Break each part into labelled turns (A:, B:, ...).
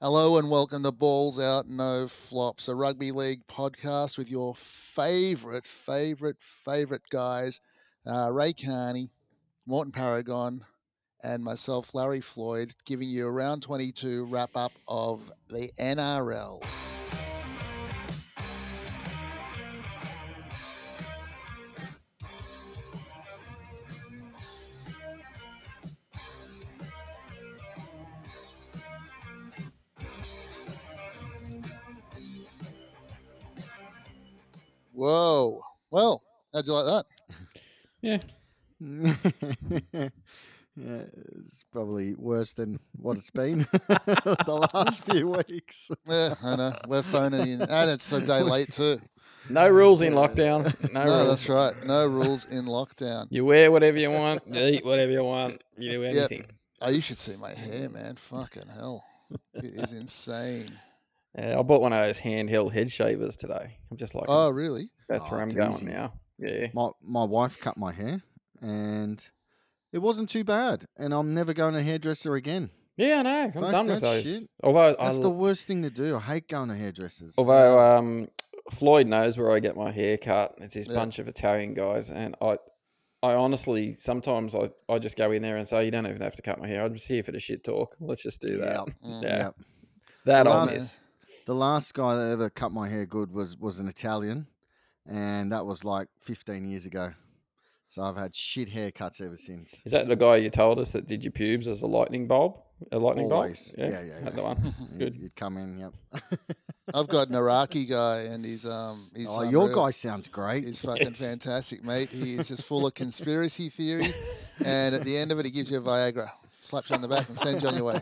A: Hello and welcome to Balls Out No Flops, a rugby league podcast with your favourite, favourite, favourite guys, uh, Ray Carney, Morton Paragon, and myself, Larry Floyd, giving you a round 22 wrap up of the NRL. Whoa. Well, how'd you like that?
B: yeah, it's probably worse than what it's been the last few weeks.
A: Yeah, I know. We're phoning in. And it's a day late, too.
C: No rules in lockdown. No,
A: No,
C: rules.
A: that's right. No rules in lockdown.
C: You wear whatever you want. You eat whatever you want. You do
A: Yep.
C: anything.
A: Oh, you should see my hair, man. Fucking hell. It is insane.
C: Yeah, I bought one of those handheld head shavers today. I'm just like,
A: Oh, really?
C: that's where
B: Oh,
C: I'm
B: it's
C: going
B: easy.
C: now. Yeah.
B: My my wife cut my hair, and it wasn't too bad. And I'm never going to a hairdresser again.
C: Yeah, I know. I'm
B: Fuck
C: done with
B: that
C: those.
B: shit.
C: Although, I,
B: That's the
C: l-
B: worst thing to do. I hate going to hairdressers.
C: although um, Floyd knows where I get my hair cut. It's this
A: Yeah.
C: bunch of Italian guys. And I I honestly, sometimes I, I just go in there and say, you don't even have to cut my hair. I'm just here for the shit talk. Let's just do that.
B: Yep,
A: Mm.
C: Yeah.
B: yep.
C: That I'll
B: Last-
C: miss.
B: The last guy that ever cut my hair good was was an Italian, and that was like 15 years ago. So I've had shit haircuts ever since.
C: Is that the guy you told us that did your pubes as a lightning bulb? A lightning
B: Always.
C: bulb?
B: Yeah, yeah,
C: That
B: yeah.
C: one.
B: You'd,
C: Good.
B: you'd come in, yep.
A: I've got an Iraqi guy, and he's um he's
B: oh, your
A: unreal.
B: guy sounds great.
A: He's fucking
C: Yes.
A: fantastic, mate. He is just full of conspiracy theories, and at the end of it, he gives you a Viagra, slaps you on the back, and sends you on your way.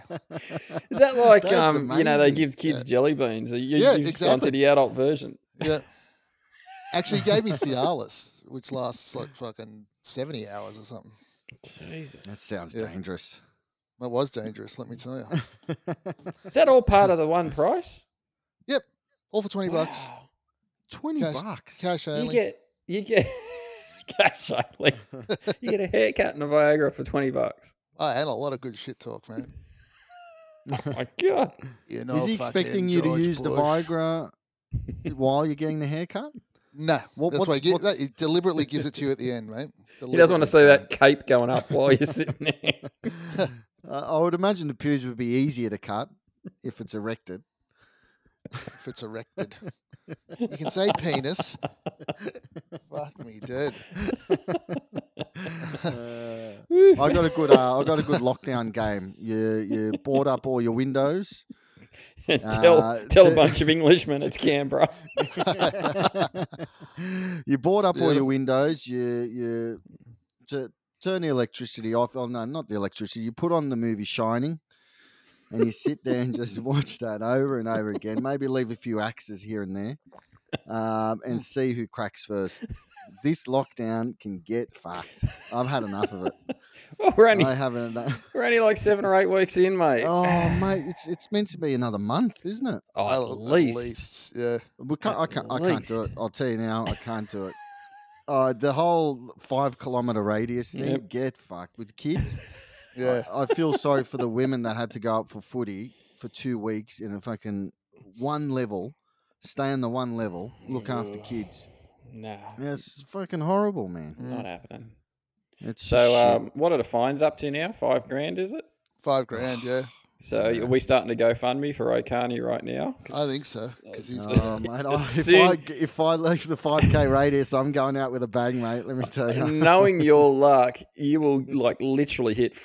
C: Is that like
B: That's
C: um you know they
B: amazing.
C: give kids jelly beans? You,
A: Yeah,
C: you've gone
A: exactly.
C: to the adult version.
A: Yeah. Actually, he gave me Cialis, which lasts like fucking seventy hours or something.
C: Jesus.
B: That sounds
A: Yeah.
B: dangerous.
A: That was dangerous, let me tell you.
C: Is that all part of the one price?
A: All for twenty bucks,
C: Wow.
B: 20
A: Cash-
B: bucks.
A: cash
C: You
A: only.
C: get you get gosh, Ailey. You get a haircut and a Viagra for twenty bucks.
A: I had a lot of good shit talk, man.
C: Oh my god.
A: You know,
B: Is he
A: fucking
B: expecting you to
A: George
B: use the
A: Bush.
B: Viagra while you're getting the haircut?
A: No,
B: What-
A: that's why he,
B: what's-
A: gi- that,
B: what's-
A: he deliberately gives it to you at the end, mate.
C: He doesn't want
A: Deliberately.
C: to see that cape going up while you're sitting there.
B: I I would imagine the pubes would be easier to cut if it's erected.
A: if it's erected. you can say penis. Fuck me, dude.
B: Uh,
C: Woo.
B: I got a good. Uh, I got a good lockdown game. You you board up all your windows.
C: tell
B: uh,
C: tell a
B: to-
C: bunch of Englishmen it's Canberra.
B: you board up all
A: Beautiful.
B: your windows. You you tu- turn the electricity off. Oh no, not the electricity. You put on the movie Shining, and you sit there and just watch that over and over again. Maybe leave a few axes here and there, um, and see who cracks first. This lockdown can get fucked. I've had enough of it.
C: Well, we're only
B: I haven't. enough-
C: we're only like seven or eight weeks in, mate.
B: Oh mate, it's it's meant to be another month, isn't it?
C: Oh,
A: Well,
C: at least.
A: yeah.
B: We can't, I
C: At
B: can't. I can't do it.
C: least.
B: I'll tell you now. I can't do it. Uh, the whole five kilometer radius thing.
C: Yep.
B: Get fucked with kids. I-
A: Yeah,
B: I, feel sorry for the women that had to go up for footy for two weeks in a fucking one level, stay on the one level, look after
C: Ugh.
B: kids.
C: No,
B: Yeah, it's fucking horrible, man.
A: Mm.
C: not happening.
B: It's
C: So, um, what are the fines up to now? Five grand, is it?
A: five grand. Yeah,
C: So, are we starting to go fund me for Okani right now? 'Cause
A: I think so because he's
B: shit. Oh, mate, I- if, I,
C: soon-
B: g- if I leave the 5k radius, I'm going out with a bang, mate. Let me tell you.
C: knowing your luck, you will like literally hit.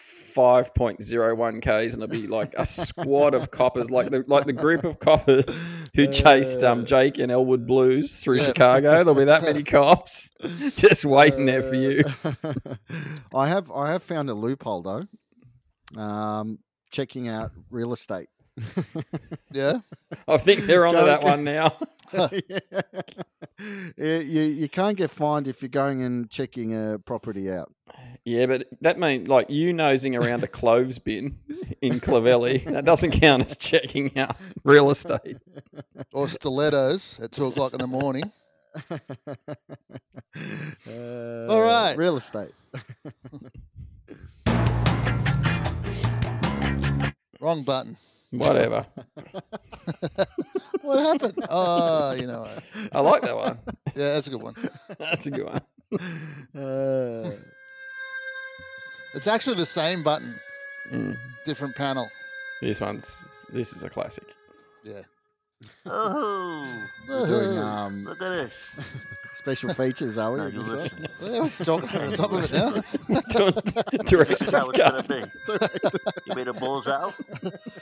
C: 5.01 Ks and it'll be like a squad of coppers, like the like the group of coppers who chased um, Jake and Elwood Blues through
A: Yeah.
C: Chicago. There'll be that many cops just waiting there for you.
B: I have I have found a loophole though. Um, checking out real estate.
A: yeah.
C: I think they're onto
B: Go
C: that
B: get-
C: one now.
B: you, you you can't get fined if you're going and checking a property out.
C: Yeah, but that means like you nosing around a cloves bin in Clavelli. That doesn't count as checking out real estate.
A: Or stilettos at two o'clock in the morning.
B: All
A: right.
B: Uh, real estate.
A: Wrong button.
C: Whatever.
A: What happened? oh, you know what?
C: I like that one.
A: Yeah, that's a good one.
C: That's a good one.
B: Uh,
A: It's actually the same button,
C: Mm.
A: different panel.
C: This one's this is a classic.
A: Yeah.
D: Oh,
B: we're doing
C: uh,
B: um,
D: look at this.
B: special features, are we?
D: No,
B: in
D: you
B: this one?
D: listen.
A: Everyone's talking over the top of it now.
C: Director's
D: That's how it's
C: cut.
D: going to be. You made a balls out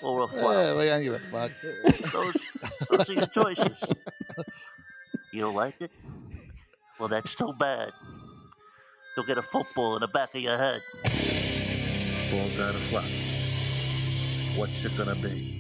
D: or a
A: Yeah,
D: flower.
A: we don't give a fuck.
D: Those, those are your choices. You don't like it? Well, that's too bad. You'll get a football in the back of your head. Balls out of flop. What's it gonna be?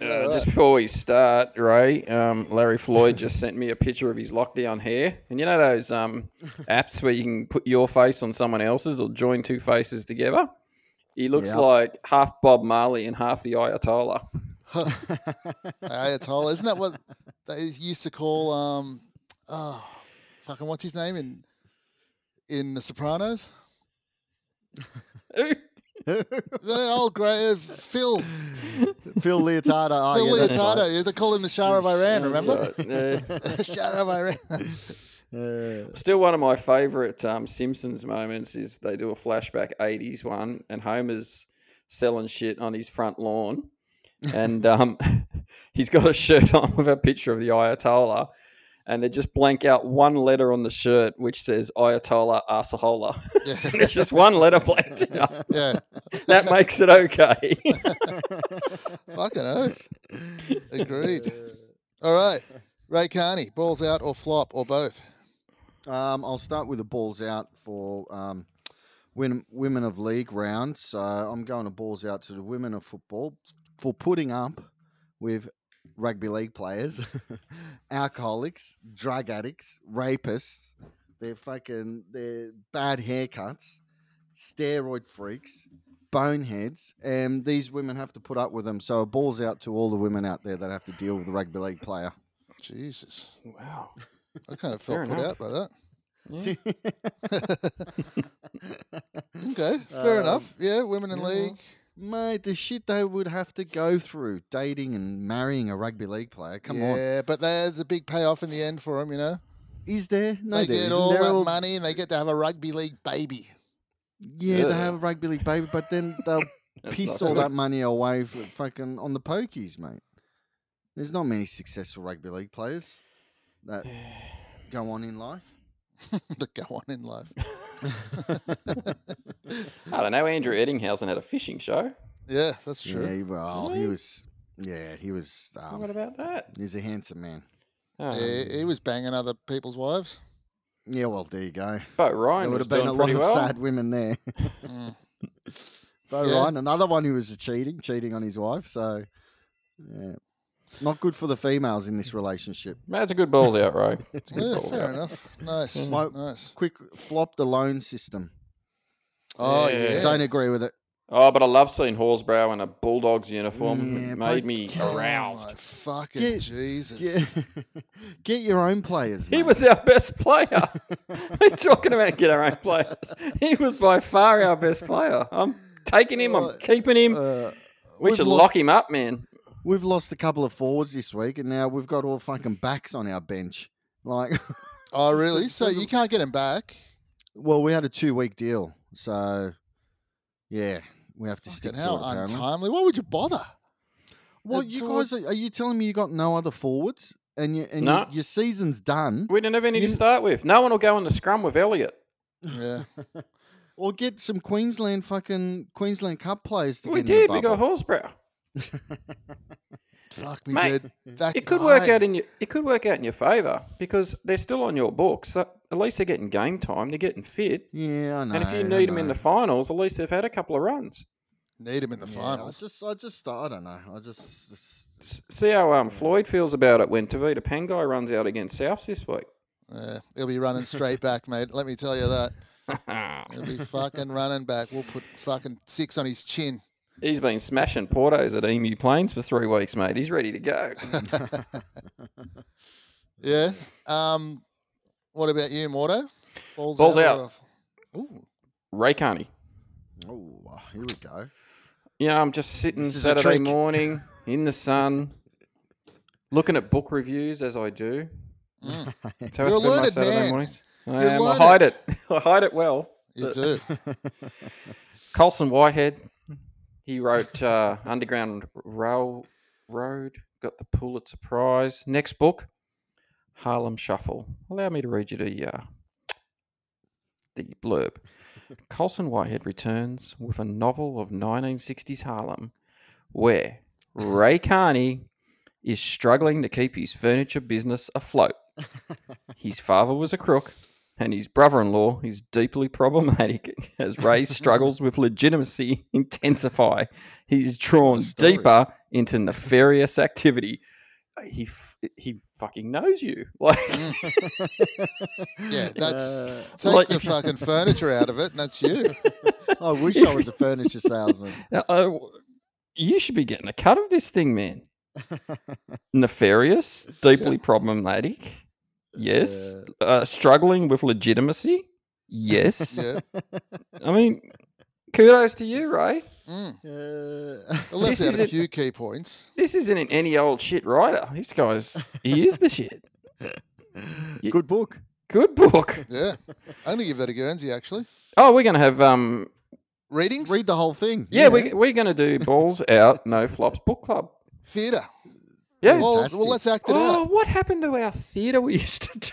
C: Uh, just before we start, Ray, um, Larry Floyd just sent me a picture of his lockdown hair. And you know those um, apps where you can put your face on someone else's or join two faces together? He looks
B: Yep.
C: like half Bob Marley and half the Ayatollah.
A: Ayatollah. Isn't that what they used to call um oh fucking what's his name in in The Sopranos?
C: Ooh,
A: The old great uh, Phil
B: Phil Leotardo. Oh,
A: Phil
B: yeah, that's
A: Leotardo.
B: right.
A: They call him the Shah of Iran.
B: That's
A: Remember?
C: so, uh,
A: Shah of Iran.
B: Uh,
C: still, one of my favourite um, Simpsons moments is they do a flashback 80s one, and Homer's selling shit on his front lawn. and um, he's got a shirt on with a picture of the Ayatollah, and they just blank out one letter on the shirt which says Ayatollah Asahola.
A: Yeah.
C: it's just one letter blanked out.
A: yeah.
C: That makes it okay.
A: Fucking oath. Agreed.
B: Uh,
A: All right. Ray Carney, balls out or flop or both.
B: Um, I'll start with the balls out for um, win- women of league round. So I'm going to balls out to the women of football for putting up with rugby league players, alcoholics, drug addicts, rapists, their fucking their bad haircuts, steroid freaks, boneheads, and these women have to put up with them. So a balls out to all the women out there that have to deal with the rugby league player.
A: Jesus.
C: Wow.
A: I kind of felt
C: Fair
A: put
C: enough.
A: out by that.
C: Yeah.
A: Okay. Fair
B: Um,
A: enough. Yeah. Women in
B: yeah, well,
A: league.
B: Mate, the shit they would have to go through dating and marrying a rugby league player. Come on.
A: Yeah, but there's a big payoff in the end for them, you know.
B: Is there? No,
A: they
B: there
A: get
B: isn't.
A: all
B: They're
A: that money and they get to have a rugby league baby.
B: Yeah,
C: Yeah.
B: they have a rugby league baby, but then they'll piss all that money away for fucking on the pokies, mate. There's not many successful rugby league players that go on in life.
A: that go on in life.
C: I don't know. Andrew Eddinghausen had a fishing show.
A: Yeah, that's true.
B: Yeah, well, he
C: Really?
B: was. Yeah, he was.
C: what
B: Um,
C: about that?
B: he's a handsome man.
C: Oh,
A: He, he was banging other people's wives.
B: Yeah, well, there you go.
C: but
B: There
C: Ryan
B: would
C: was
B: have been
C: doing
B: a lot
C: pretty
B: of
C: well.
B: sad women there.
A: Mm.
B: Bo
A: Yeah.
B: Ryan, another one who was cheating, cheating on his wife. So, yeah, not good for the females in this relationship.
C: That's a good balls out, Ray. It's a good
A: Yeah,
C: balls
A: fair
C: out.
A: enough. Nice,
B: My-
A: nice.
B: Quick flop the loan system.
A: Oh
C: Yeah.
A: yeah,
B: Don't e- agree with it.
C: Oh, but I love seeing Horsbrow in a Bulldogs uniform.
B: Yeah,
C: it
B: but-
C: made me
A: Oh,
C: aroused.
A: my fucking
B: Get-
A: Jesus.
B: Get, get your own players.
C: He
B: mate.
C: was our best player. We're talking about get our own players. He was by far our best player. I'm taking him. I'm keeping him.
B: Uh,
C: We
B: we've
C: should
B: lost-
C: lock him up, man.
B: We've lost a couple of forwards this week, and now we've got all fucking backs on our bench. Like,
A: Oh
B: This is
A: really?
B: the-
A: So
B: this is-
A: you can't get him back?
B: well, we had a two-week deal, so yeah, we have to stick
A: Fucking
B: to
A: how
B: it. Apparently.
A: untimely. Why would you bother?
B: Well,
A: It's
B: you
A: all-
B: guys are, are you telling me you got no other forwards and you, and
C: No.
B: your, your season's done?
C: We didn't have any to
B: You-
C: start with. No one will go in the scrum with Elliot.
A: Yeah.
B: Or get some Queensland fucking Queensland Cup players to
C: We
B: get in the
C: did. We got
B: bubble.
C: Horsbrow.
A: Fuck me,
C: Mate,
A: dude. That
C: It could work
A: guy.
C: out in your. It could work out in your favour because they're still on your books. So at least they're getting game time. They're getting fit.
B: Yeah, I know.
C: and if
B: I
C: you need them in
B: know.
C: the finals, at least they've had a couple of runs.
A: Need him in the
B: Yeah,
A: finals.
B: I just, I just, I don't know. I just, just
C: S- See how um, Floyd feels about it when Tavita Pangai runs out against Souths this week.
A: Yeah, he'll be running straight back, mate. Let me tell you that. He'll be fucking running back. We'll put fucking six on his chin.
C: He's been smashing portos at Emu Plains for three weeks, mate. He's ready to go.
A: Yeah. Um, What about you, Morto? Balls,
C: Balls out.
A: or off? Ooh.
C: Ray Carney.
B: Oh, here we go.
C: Yeah, I'm just sitting
B: This is a
C: Saturday
B: trick.
C: morning in the sun, looking at book reviews as I do.
A: Mm.
C: That's how
A: You're a
C: I spend my
A: learned
C: Saturday
A: man.
C: mornings. I
A: You're
C: am. I
A: learned.
C: hide it. I hide it well.
A: You
C: Uh,
A: do.
C: Colson Whitehead. He wrote uh, Underground Railroad. Got the Pulitzer Prize. Next book, Harlem Shuffle. Allow me to read you the uh, the blurb. Colson Whitehead returns with a novel of 1960s Harlem, where Ray Carney is struggling to keep his furniture business afloat. His father was a crook, and his brother in law is deeply problematic as Ray's struggles with legitimacy intensify. He is drawn
B: story.
C: deeper into nefarious activity. He, f- he fucking knows you. Like,
A: Yeah, that's-
B: Uh,
A: Take
C: like-
A: the fucking furniture out of it, and that's you.
B: Uh, I wish I was a furniture salesman.
C: uh, oh, you should be getting a cut of this thing, man. Nefarious, deeply problematic. Yes.
B: Uh,
C: Uh, struggling with legitimacy. Yes.
A: Yeah.
C: I mean, kudos to you, Ray.
A: Mm.
B: uh,
A: It left
C: This
A: out
C: is
A: a
C: it.
A: few key points.
C: This isn't an any old shit writer. This guy's he is the shit. You-
B: Good book.
C: Good book.
A: Yeah. I'm going to give that a Guernsey, actually.
C: Oh, we're gonna have um
A: Readings?
B: Read the whole thing.
C: yeah, we we're gonna do balls out, no flops book club.
A: Theatre.
C: Yeah.
A: Well,
B: Fantastic.
A: well, let's act it
C: Oh,
A: out.
C: what happened to our theatre we used to do?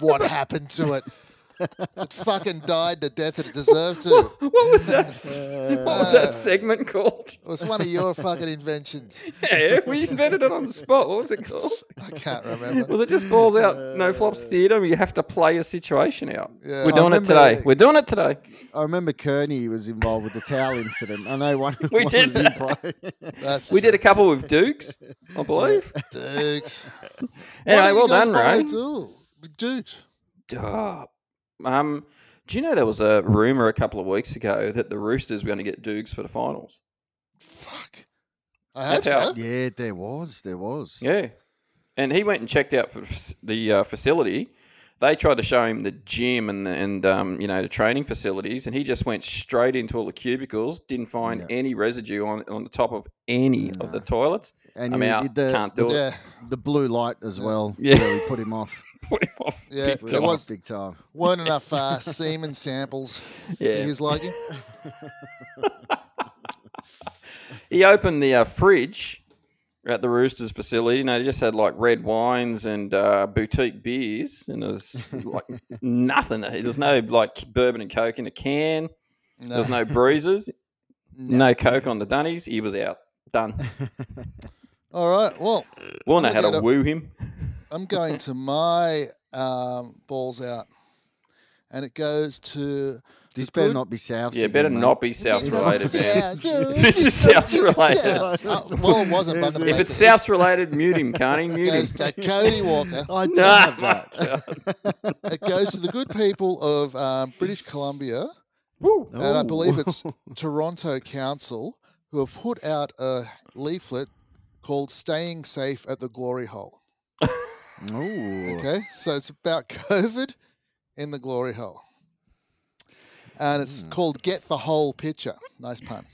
A: What happened to it? It fucking died the death that it deserved to.
C: What was that? s- What was
A: Uh,
C: that segment called?
A: It was one of your fucking inventions.
C: Yeah, we invented it on the spot. What was it called?
A: I can't remember.
C: Was it just balls out, no flops theatre? You have to play a situation out.
A: Yeah.
C: We're
A: Uh, I
C: doing it
B: remember-
C: today. We're doing it today.
B: I remember Kearney was involved with the towel incident. I know one.
C: We
B: one of
C: did
B: you
C: that.
B: probably-
A: That's
C: We did a couple with Dukes, I believe.
A: Dukes.
C: Anyway, well
A: What are you
C: done, Ray.
A: guys buying too? Dukes.
C: Duh. Um, do you know there was a rumor a couple of weeks ago that the Roosters were going to get Dukes for the finals?
A: Fuck. I hope
C: That's how-
A: so.
B: yeah, there was. There was.
C: Yeah, and he went and checked out for f- the uh, facility. They tried to show him the gym and and um, you know the training facilities, and he just went straight into all the cubicles. Didn't find
B: Yeah.
C: any residue on on the top of any of the toilets.
B: And
C: I'm
B: you-
C: out.
B: The,
C: Can't do it.
A: Yeah.
B: the blue light as well.
C: Yeah.
B: really put him off.
C: Put him off.
A: Yeah,
C: big
A: there
C: time.
B: Put him off
A: was-
B: big time.
A: Weren't enough uh, semen samples for
C: yeah.
A: his liking.
C: He opened the uh, fridge at the Roosters facility, and they just had like red wines and uh, boutique beers, and there was like nothing. There was no like bourbon and coke in a can.
A: No.
C: There was no breezers,
A: No.
C: no coke on the dunnies. He was out. Done.
A: All right. Well,
C: We'll know how
A: Alligator.
C: to woo him.
A: I'm going to my um, balls out, and it goes to
B: This
A: The
B: better
A: good-
B: not be South.
C: Yeah, better not be South
A: If
C: related,
A: it's
C: man.
A: South, yeah,
C: This is South related.
A: South. Uh, well, it wasn't. But I'm gonna
C: If
A: make
C: it's
A: it.
C: South related, mute him, Carney.
A: it
C: Mute him.
A: goes to Cody Walker.
B: I did
C: Nah.
B: have that.
A: It goes to the good people of um, British Columbia,
C: Woo.
A: and I
B: Oh.
A: believe it's Toronto Council who have put out a leaflet called "Staying Safe at the Glory Hole."
B: Ooh.
A: Okay, so it's about COVID in the glory hole, and it's called "Get the Whole Picture." Nice pun.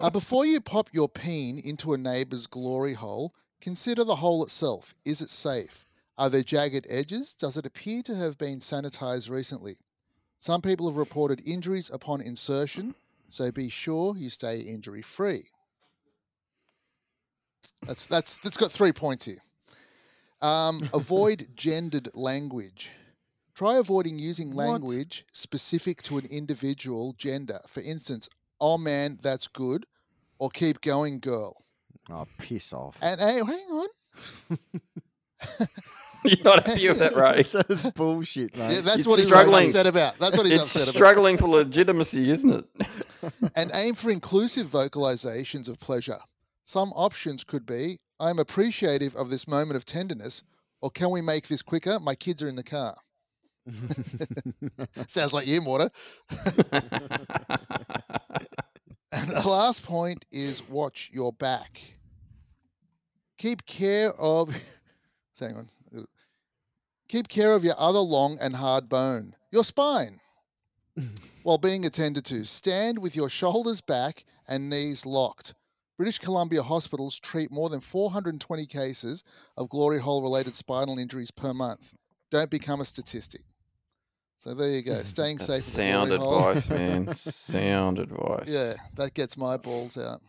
A: uh, before you pop your peen into a neighbour's glory hole, consider the hole itself. Is it safe? Are there jagged edges? Does it appear to have been sanitised recently? Some people have reported injuries upon insertion, so be sure you stay injury free. That's that's that's got three points here. Um, avoid gendered language. Try avoiding using
B: What?
A: language specific to an individual gender. For instance, "Oh man, that's good," or "Keep going, girl."
B: Oh, piss off.
A: And hey, hang on,
C: Uh, You're not happy with that, Ray.
B: That's bullshit, mate.
A: yeah, that's
C: It's
A: what he's like,
C: struggling.
A: upset about. That's what he's
C: It's
A: upset about.
C: struggling for legitimacy, isn't it?
A: And aim for inclusive vocalizations of pleasure. Some options could be, "I'm appreciative of this moment of tenderness," or "Can we make this quicker? My kids are in the car." Sounds like you, Mortar. And the last point is watch your back. Keep care of Hang on. Keep care of your other long and hard bone, your spine. While being attended to, stand with your shoulders back and knees locked. British Columbia hospitals treat more than 420 cases of glory hole related spinal injuries per month. Don't become a statistic. So there you go. Staying safe. at the glory
C: Sound
A: hole.
C: advice, man. Sound advice.
A: Yeah, that gets my balls out.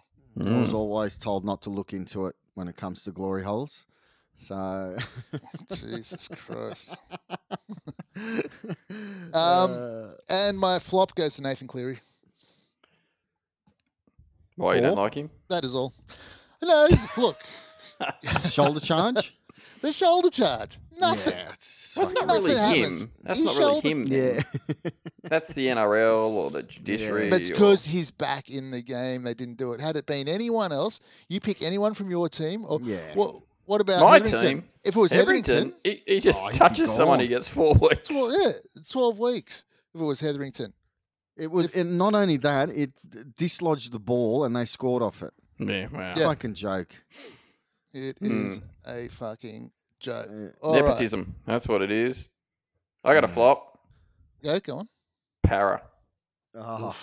B: I was
C: Mm.
B: always told not to look into it when it comes to glory holes. So,
A: Jesus Christ.
B: um,
A: And my flop goes to Nathan Cleary.
C: Why you don't
B: Four?
C: like him?
A: That is all. No, just look.
B: shoulder charge.
A: The shoulder charge. Nothing.
B: Yeah, it's
C: Well, it's
B: fucking-
C: not really
A: Nothing
C: him.
A: happens.
C: That's
A: His
C: not really
A: shoulder-
C: him. then.
B: Yeah,
C: That's the NRL or the judiciary.
A: But it's
C: or-
A: because he's back in the game. They didn't do it. Had it been anyone else, you pick anyone from your team. Or
B: Yeah.
A: Well, what about
C: My
A: Hetherington?
C: team?
A: If it was
C: Everton,
A: Hetherington,
C: he, he just
B: Oh, he'd be
C: touches someone,
B: gone.
C: he gets four weeks.
A: well, yeah, twelve weeks. If it was Hetherington,
B: it was.
A: If-
B: And not only that, it dislodged the ball and they scored off it.
C: Yeah, wow.
A: Yeah.
B: Fucking joke.
A: it is
C: Hmm.
A: a fucking joke.
B: Yeah.
A: All right.
C: Nepotism. That's what it is. I got a flop.
A: Yeah, go on.
C: Para.
B: Oh,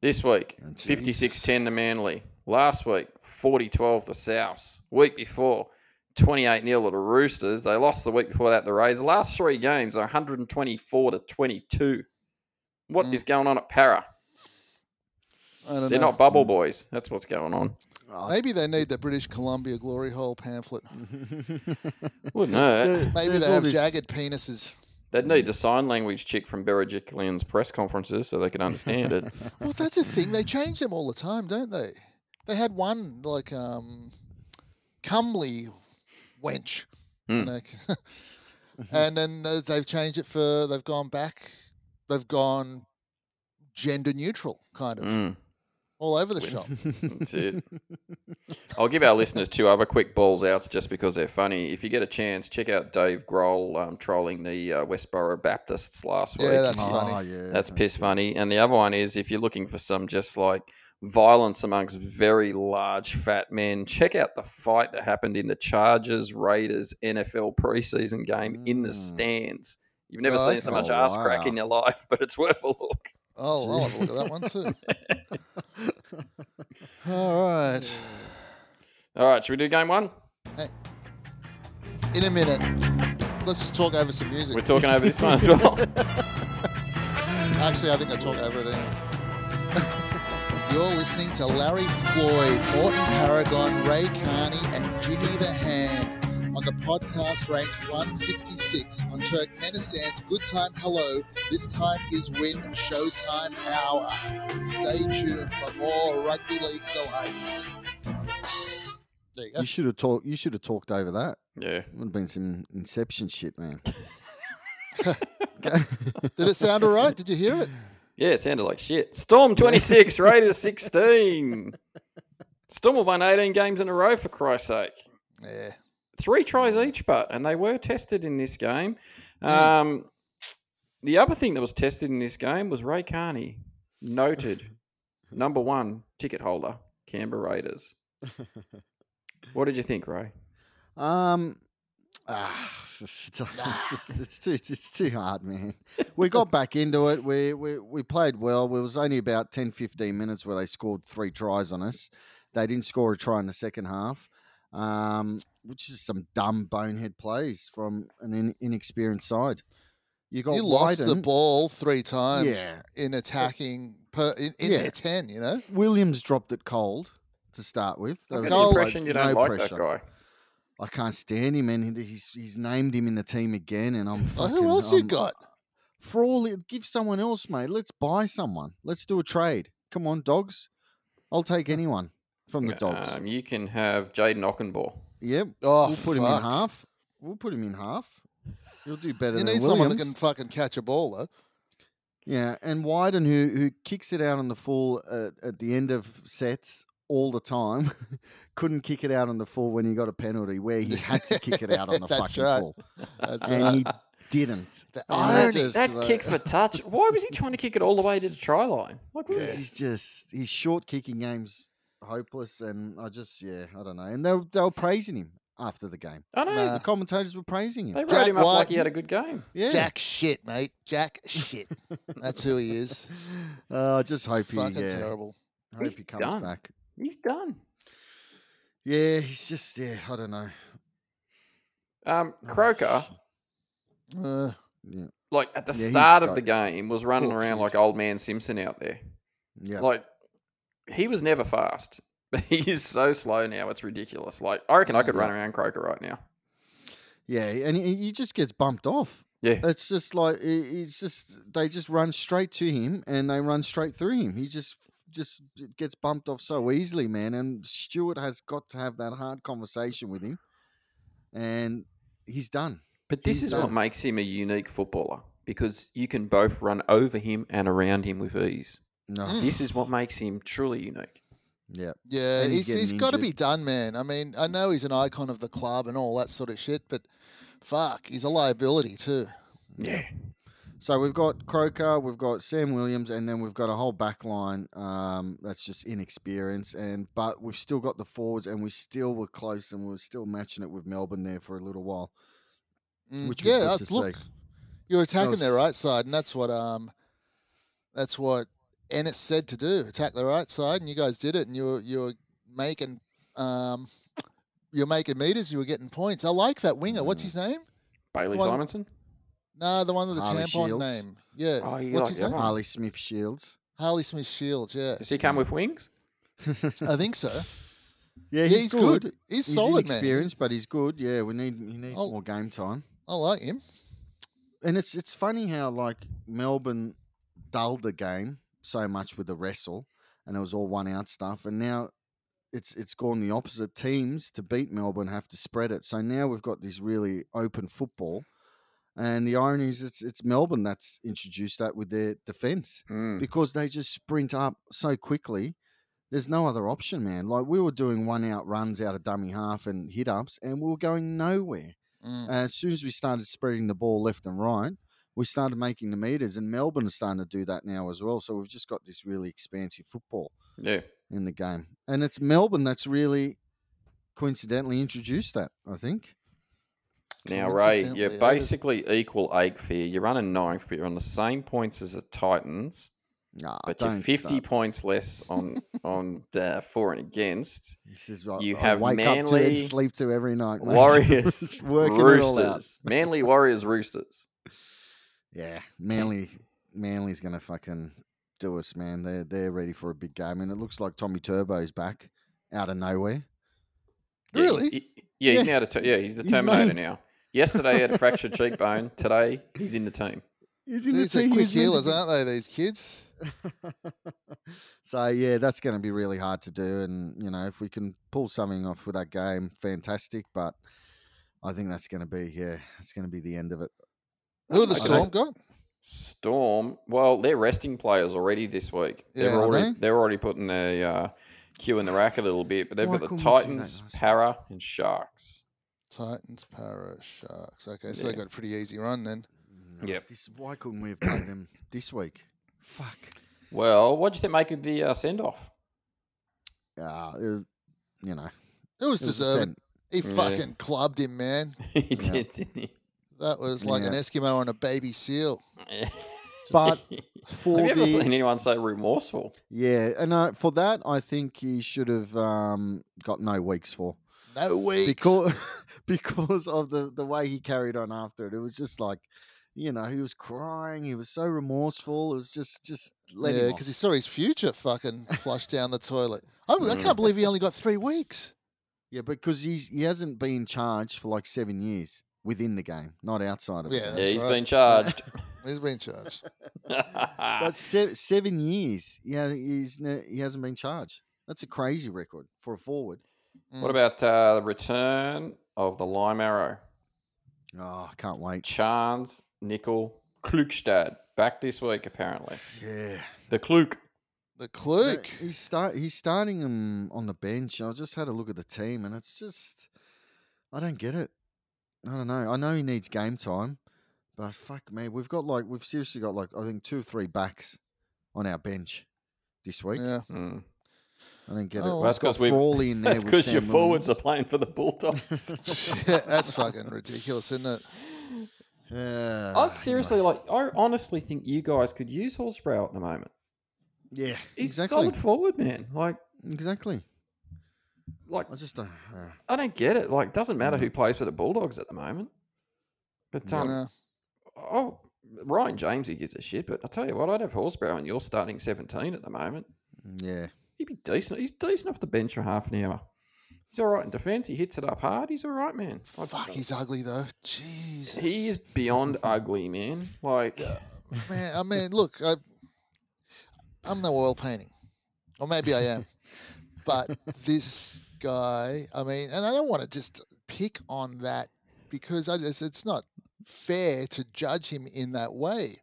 C: This week,
B: Oh, Jesus.
C: 56 10 to Manly. Last week, 40 12 to Souths. Week before, 28 0 to the Roosters. They lost the week before that, to the Rays. The last three games are 124 to 22. What is
A: Mm.
C: going on at Para?
A: I don't
C: They're
A: know.
C: not bubble boys. That's what's going on.
B: oh.
A: Maybe they need that British Columbia glory hole pamphlet.
C: Wouldn't hurt.
B: There-
A: Maybe
B: there's
A: they
B: all
A: have
B: this-
A: jagged penises.
C: They'd need the sign language chick from Berejiklian's press conferences so they could understand it.
A: Well, that's a thing. They change them all the time, don't they? They had one like um, comely wench, you
C: Mm.
A: know, and then they- they've changed it for they've gone back, they've gone gender neutral, kind of
C: Mm.
A: all over the shop.
C: That's it. I'll give our listeners two other quick balls outs just because they're funny. If you get a chance, check out Dave Grohl um, trolling the uh, Westboro Baptists last week.
A: Yeah, that's
B: Oh,
A: funny.
B: yeah,
C: That's piss funny. And the other one is if you're looking for some just like violence amongst very large fat men, check out the fight that happened in the Chargers Raiders NFL preseason game in the
B: Mm.
C: stands. You've never
A: Oh,
C: seen so
B: okay.
C: much
B: Oh,
C: ass crack
B: wow.
C: in your life, but it's worth a look.
A: Oh, I'll have a look at that one too. All right,
C: All right, should we do game one?
A: in a minute, let's just talk over some music.
C: We're talking over this one as well.
A: Actually, I think I talk over it anyway. You're listening to Larry Floyd, Morton Paragon, Ray Carney, and Jimmy the Hand on the podcast ranked 166 on Turkmenistan's Good Time Hello. This time is when Showtime Hour. Stay tuned for more rugby league delights. There you go.
B: You should have talked. You should have talked over that.
C: Yeah.
B: Would have been some Inception shit, man.
A: Did it sound all right? Did you hear it?
C: Yeah, it sounded like shit. Storm 26, Raiders 16. Storm have won 18 games in a row, for Christ's sake.
A: Yeah.
C: Three tries each, but, and they were tested in this game. Um, the other thing that was tested in this game was Ray Carney, noted number one ticket holder, Canberra Raiders. What did you think, Ray?
B: Um, ah, it's, just, it's too it's too hard, man. We got back into it. We we we played well. It was only about 10, 15 minutes where they scored three tries on us. They didn't score a try in the second half, um, which is some dumb bonehead plays from an in, inexperienced side. You got
A: You lost the
B: Wyden-
A: ball three times
B: Yeah,
A: in attacking per, in, in
B: Yeah.
A: their 10, you know?
B: Williams dropped it cold to start with. There
C: I
B: was
C: got
A: no,
C: the
B: just,
C: impression you don't
B: no
C: like
B: pressure.
C: that guy.
B: I can't stand him, and he- he's he's named him in the team again, and I'm
A: Oh,
B: fucking.
A: who else you
B: I'm-
A: got?
B: For all, it- give someone else, mate. Let's buy someone. Let's do a trade. Come on, dogs. I'll take anyone from the dogs.
C: Um, you can have Jaden Ockenbaugh.
B: yep,
A: Oh,
B: we'll put him in
A: fuck.
B: half. We'll put him in half. He'll do better
A: You
B: than
A: need
B: Williams.
A: someone that can fucking catch a ball, though.
B: Yeah, and Wyden, who who kicks it out on the full at, at the end of sets all the time, couldn't kick it out on the full when he got a penalty where he had to kick it out on the
A: That's
B: fucking
A: right.
B: full,
A: That's
B: and
A: right.
B: he didn't.
A: The
B: And
A: irony.
B: that's just
C: that
B: like-
C: kick for touch. Why was he trying to kick it all the way to the try line? Like, what was he
B: He's just his short kicking game's hopeless, and I just yeah, I don't know. And they were, they were praising him after the game.
C: I know.
B: The
A: Nah.
B: commentators were praising
C: Uh. They
B: him.
C: wrote
A: Jack
C: him up
A: White.
C: like he had a good game.
B: Yeah.
A: Jack shit, mate. Jack shit. That's who he is.
B: Uh, I just hope he,
A: Fucking
B: yeah,
A: terrible.
B: hope
C: He's
B: he comes
C: done.
B: back.
C: He's done.
B: Yeah, he's just yeah. I don't know.
C: Um,
B: Oh,
C: Croker,
B: shit.
A: Uh,
B: Yeah,
C: like at the
B: Yeah, he's
C: start of
B: got
C: the
B: it.
C: game, was running
A: Poor
C: around
A: kid.
C: like old man Simpson out there.
B: yeah.
C: Like he was never fast. He is so slow now; it's ridiculous. Like I reckon I could run around Croker right now.
B: Yeah, and he, he just gets bumped off.
C: Yeah.
B: It's just like he- he's just they just run straight to him and they run straight through him. He just just gets bumped off so easily, man. And Stewart has got to have that hard conversation with him, and he's done.
C: But this
B: He's
C: is what
B: done.
C: makes him a unique footballer because you can both run over him and around him with ease.
B: No,
A: Mm.
C: This is what makes him truly unique.
B: yeah,
A: yeah,
B: And he's
A: he's, he's
B: getting
A: got to
B: injured.
A: be done, man. I mean, I know he's an icon of the club and all that sort of shit, but fuck, he's a liability too.
C: Yeah.
B: So we've got Croker, we've got Sam Williams, and then we've got a whole back line um, that's just inexperienced. And but we've still got the forwards, and we still were close, and we were still matching it with Melbourne there for a little while,
A: Mm,
B: which was
A: yeah,
B: good
A: uh,
B: to
A: look,
B: see.
A: you're attacking their
B: was-
A: right side, and that's what um, that's what Ennis said to do: attack the right side, and you guys did it, and you were you were making um, you're making meters, you were getting points. I like that winger. What's
B: Mm.
A: his name?
C: Bailey
A: One-
C: Simonson.
A: No, the one with the
B: Harley
A: tampon
B: Shields.
A: name. Yeah,
C: Oh, you
A: what's
C: like
A: his
C: that
A: name?
C: one?
B: Harley Smith Shields.
A: Harley Smith Shields. Yeah,
C: Does he come with wings?
A: I think so.
B: Yeah,
A: Uh, Yeah, he's, good. He's,
B: He's
A: solid, man.
B: inexperienced, but he's good. Yeah, we need he needs
A: Oh.
B: more game time.
A: I like him.
B: And it's it's funny how like Melbourne dulled the game so much with the wrestle, and it was all one out stuff, and now it's it's gone the opposite. Teams to beat Melbourne have to spread it, so now we've got this really open football. And the irony is, it's it's Melbourne that's introduced that with their defence
C: Mm.
B: because they just sprint up so quickly. There's no other option, man. Like we were doing one out runs out of dummy half and hit ups, and we were going nowhere.
C: Hmm.
A: Mm.
B: And as soon as we started spreading the ball left and right, we started making the meters, and Melbourne is starting to do that now as well. So we've just got this really expansive football
C: Yeah.
B: in the game, and it's Melbourne that's really coincidentally introduced that. I think.
C: Now, Ray,
A: Coincidentally,
C: you're
A: that is-
C: basically equal ache fair. You're running ninth, but you're on the same points as the Titans,
B: Nah,
C: but
B: don't
C: you're 50
B: start.
C: points less on on uh, for and against.
B: This is what
C: you
B: I
C: have
B: wake up to
C: Manly,
B: and sleep to every night. mate.
C: Warriors,
B: Working it all out.
C: Roosters, Manly Warriors, Roosters.
B: Yeah, Manly, Manly's gonna fucking do us, man. They're they're ready for a big game, and it looks like Tommy Turbo's back out of nowhere.
C: Yeah, he's-
A: Really?
C: he- yeah, he's now. deter yeah, he's the
B: He's
C: Terminator
B: named.
C: now. Yesterday he had a fractured cheekbone. Today he's in the team.
B: He's
A: These are quick healers, aren't they? These kids.
B: so yeah, that's going to be really hard to do, and you know if we can pull something off with that game, fantastic. But I think that's going to be yeah, it's going to be the end of it.
A: Who the
C: I
A: storm got?
C: Storm. Well, they're resting players already this week.
A: Yeah,
C: they're
A: are
C: already
B: they?
C: they? are already putting the uh, queue in the rack a little bit, but they've
B: Why
C: got the
B: couldn't we do that
C: Titans,
B: last week?
C: Para, and Sharks.
A: Titans, Para, Sharks. Okay, so they
C: Yeah.
A: got a pretty easy run then.
B: No,
C: Yep.
B: This why couldn't we have played them this week? Fuck.
C: Well, what did you make of the uh, send off?
B: Uh, it- you know,
A: It was
B: it was a
A: deserved.
B: cent.
A: He
C: Yeah.
A: fucking clubbed him, man.
C: He did, didn't he?
A: That was like an
B: Yeah.
A: Eskimo on a baby seal.
B: But
C: have
B: for
C: you ever
B: the
C: seen anyone so remorseful?
B: yeah, and uh, for that, I think he should have um, got no weeks for.
A: No weeks.
B: because because of the the way he carried on after it. It was just like, you know, he was crying. He was so remorseful. It was just just let
A: yeah,
B: him off.
A: because he saw his future fucking flushed down the toilet. I,
B: Mm.
A: I can't believe he only got three weeks.
B: yeah, because he's he hasn't been charged for like seven years within the game, not outside of
A: Yeah,
B: the
C: Yeah,
A: that's
B: game.
C: he's
A: right.
C: been charged.
A: He's been charged.
B: But se- seven years, yeah, he's ne- he hasn't been charged. That's a crazy record for a forward.
A: Mm.
C: what about uh, the return of the Lime Arrow?
B: Oh, I can't wait.
C: Chance, Nickel, Klukstad back this week apparently.
B: Yeah,
C: The Kluk.
A: The
B: No,
A: Cluke.
B: He's start. He's starting him on the bench. I just had a look at the team, and it's just, I don't get it. I don't know. I know he needs game time, but fuck me, we've got like we've seriously got like I think two or three backs on our bench this week.
A: Yeah.
C: Mm.
B: I didn't get
A: Oh,
B: it.
A: well,
B: That's
A: that's
B: got
C: 'cause we-
B: Frawley in there.
C: That's
B: with
C: because your
B: Sam
C: forwards are
B: Williams.
C: playing for the Bulldogs.
A: Yeah, that's fucking ridiculous, isn't it?
B: Yeah.
C: I seriously like. I honestly think you guys could use Horsbrow at the moment.
B: Yeah.
C: He's
B: exactly.
C: a solid forward, man. Like,
B: Exactly.
C: like
B: I just. Uh, uh,
C: I don't get it. Like, doesn't matter who plays for the Bulldogs at the moment. But um,
A: No.
C: oh, Ryan James, he gives a shit. But I tell you what, I'd have Horsbrow and you're starting seventeen at the moment.
B: yeah.
C: He'd be decent. He's decent off the bench for half an hour. He's all right in defence. He hits it up hard. He's all right, man. Like,
A: Fuck, he's ugly though. Jesus.
C: he is beyond ugly, man. Like,
A: Man, I mean, look, I, I'm no oil painting, or maybe I am, but this guy, I mean, and I don't want to just pick on that because I just, it's not fair to judge him in that way.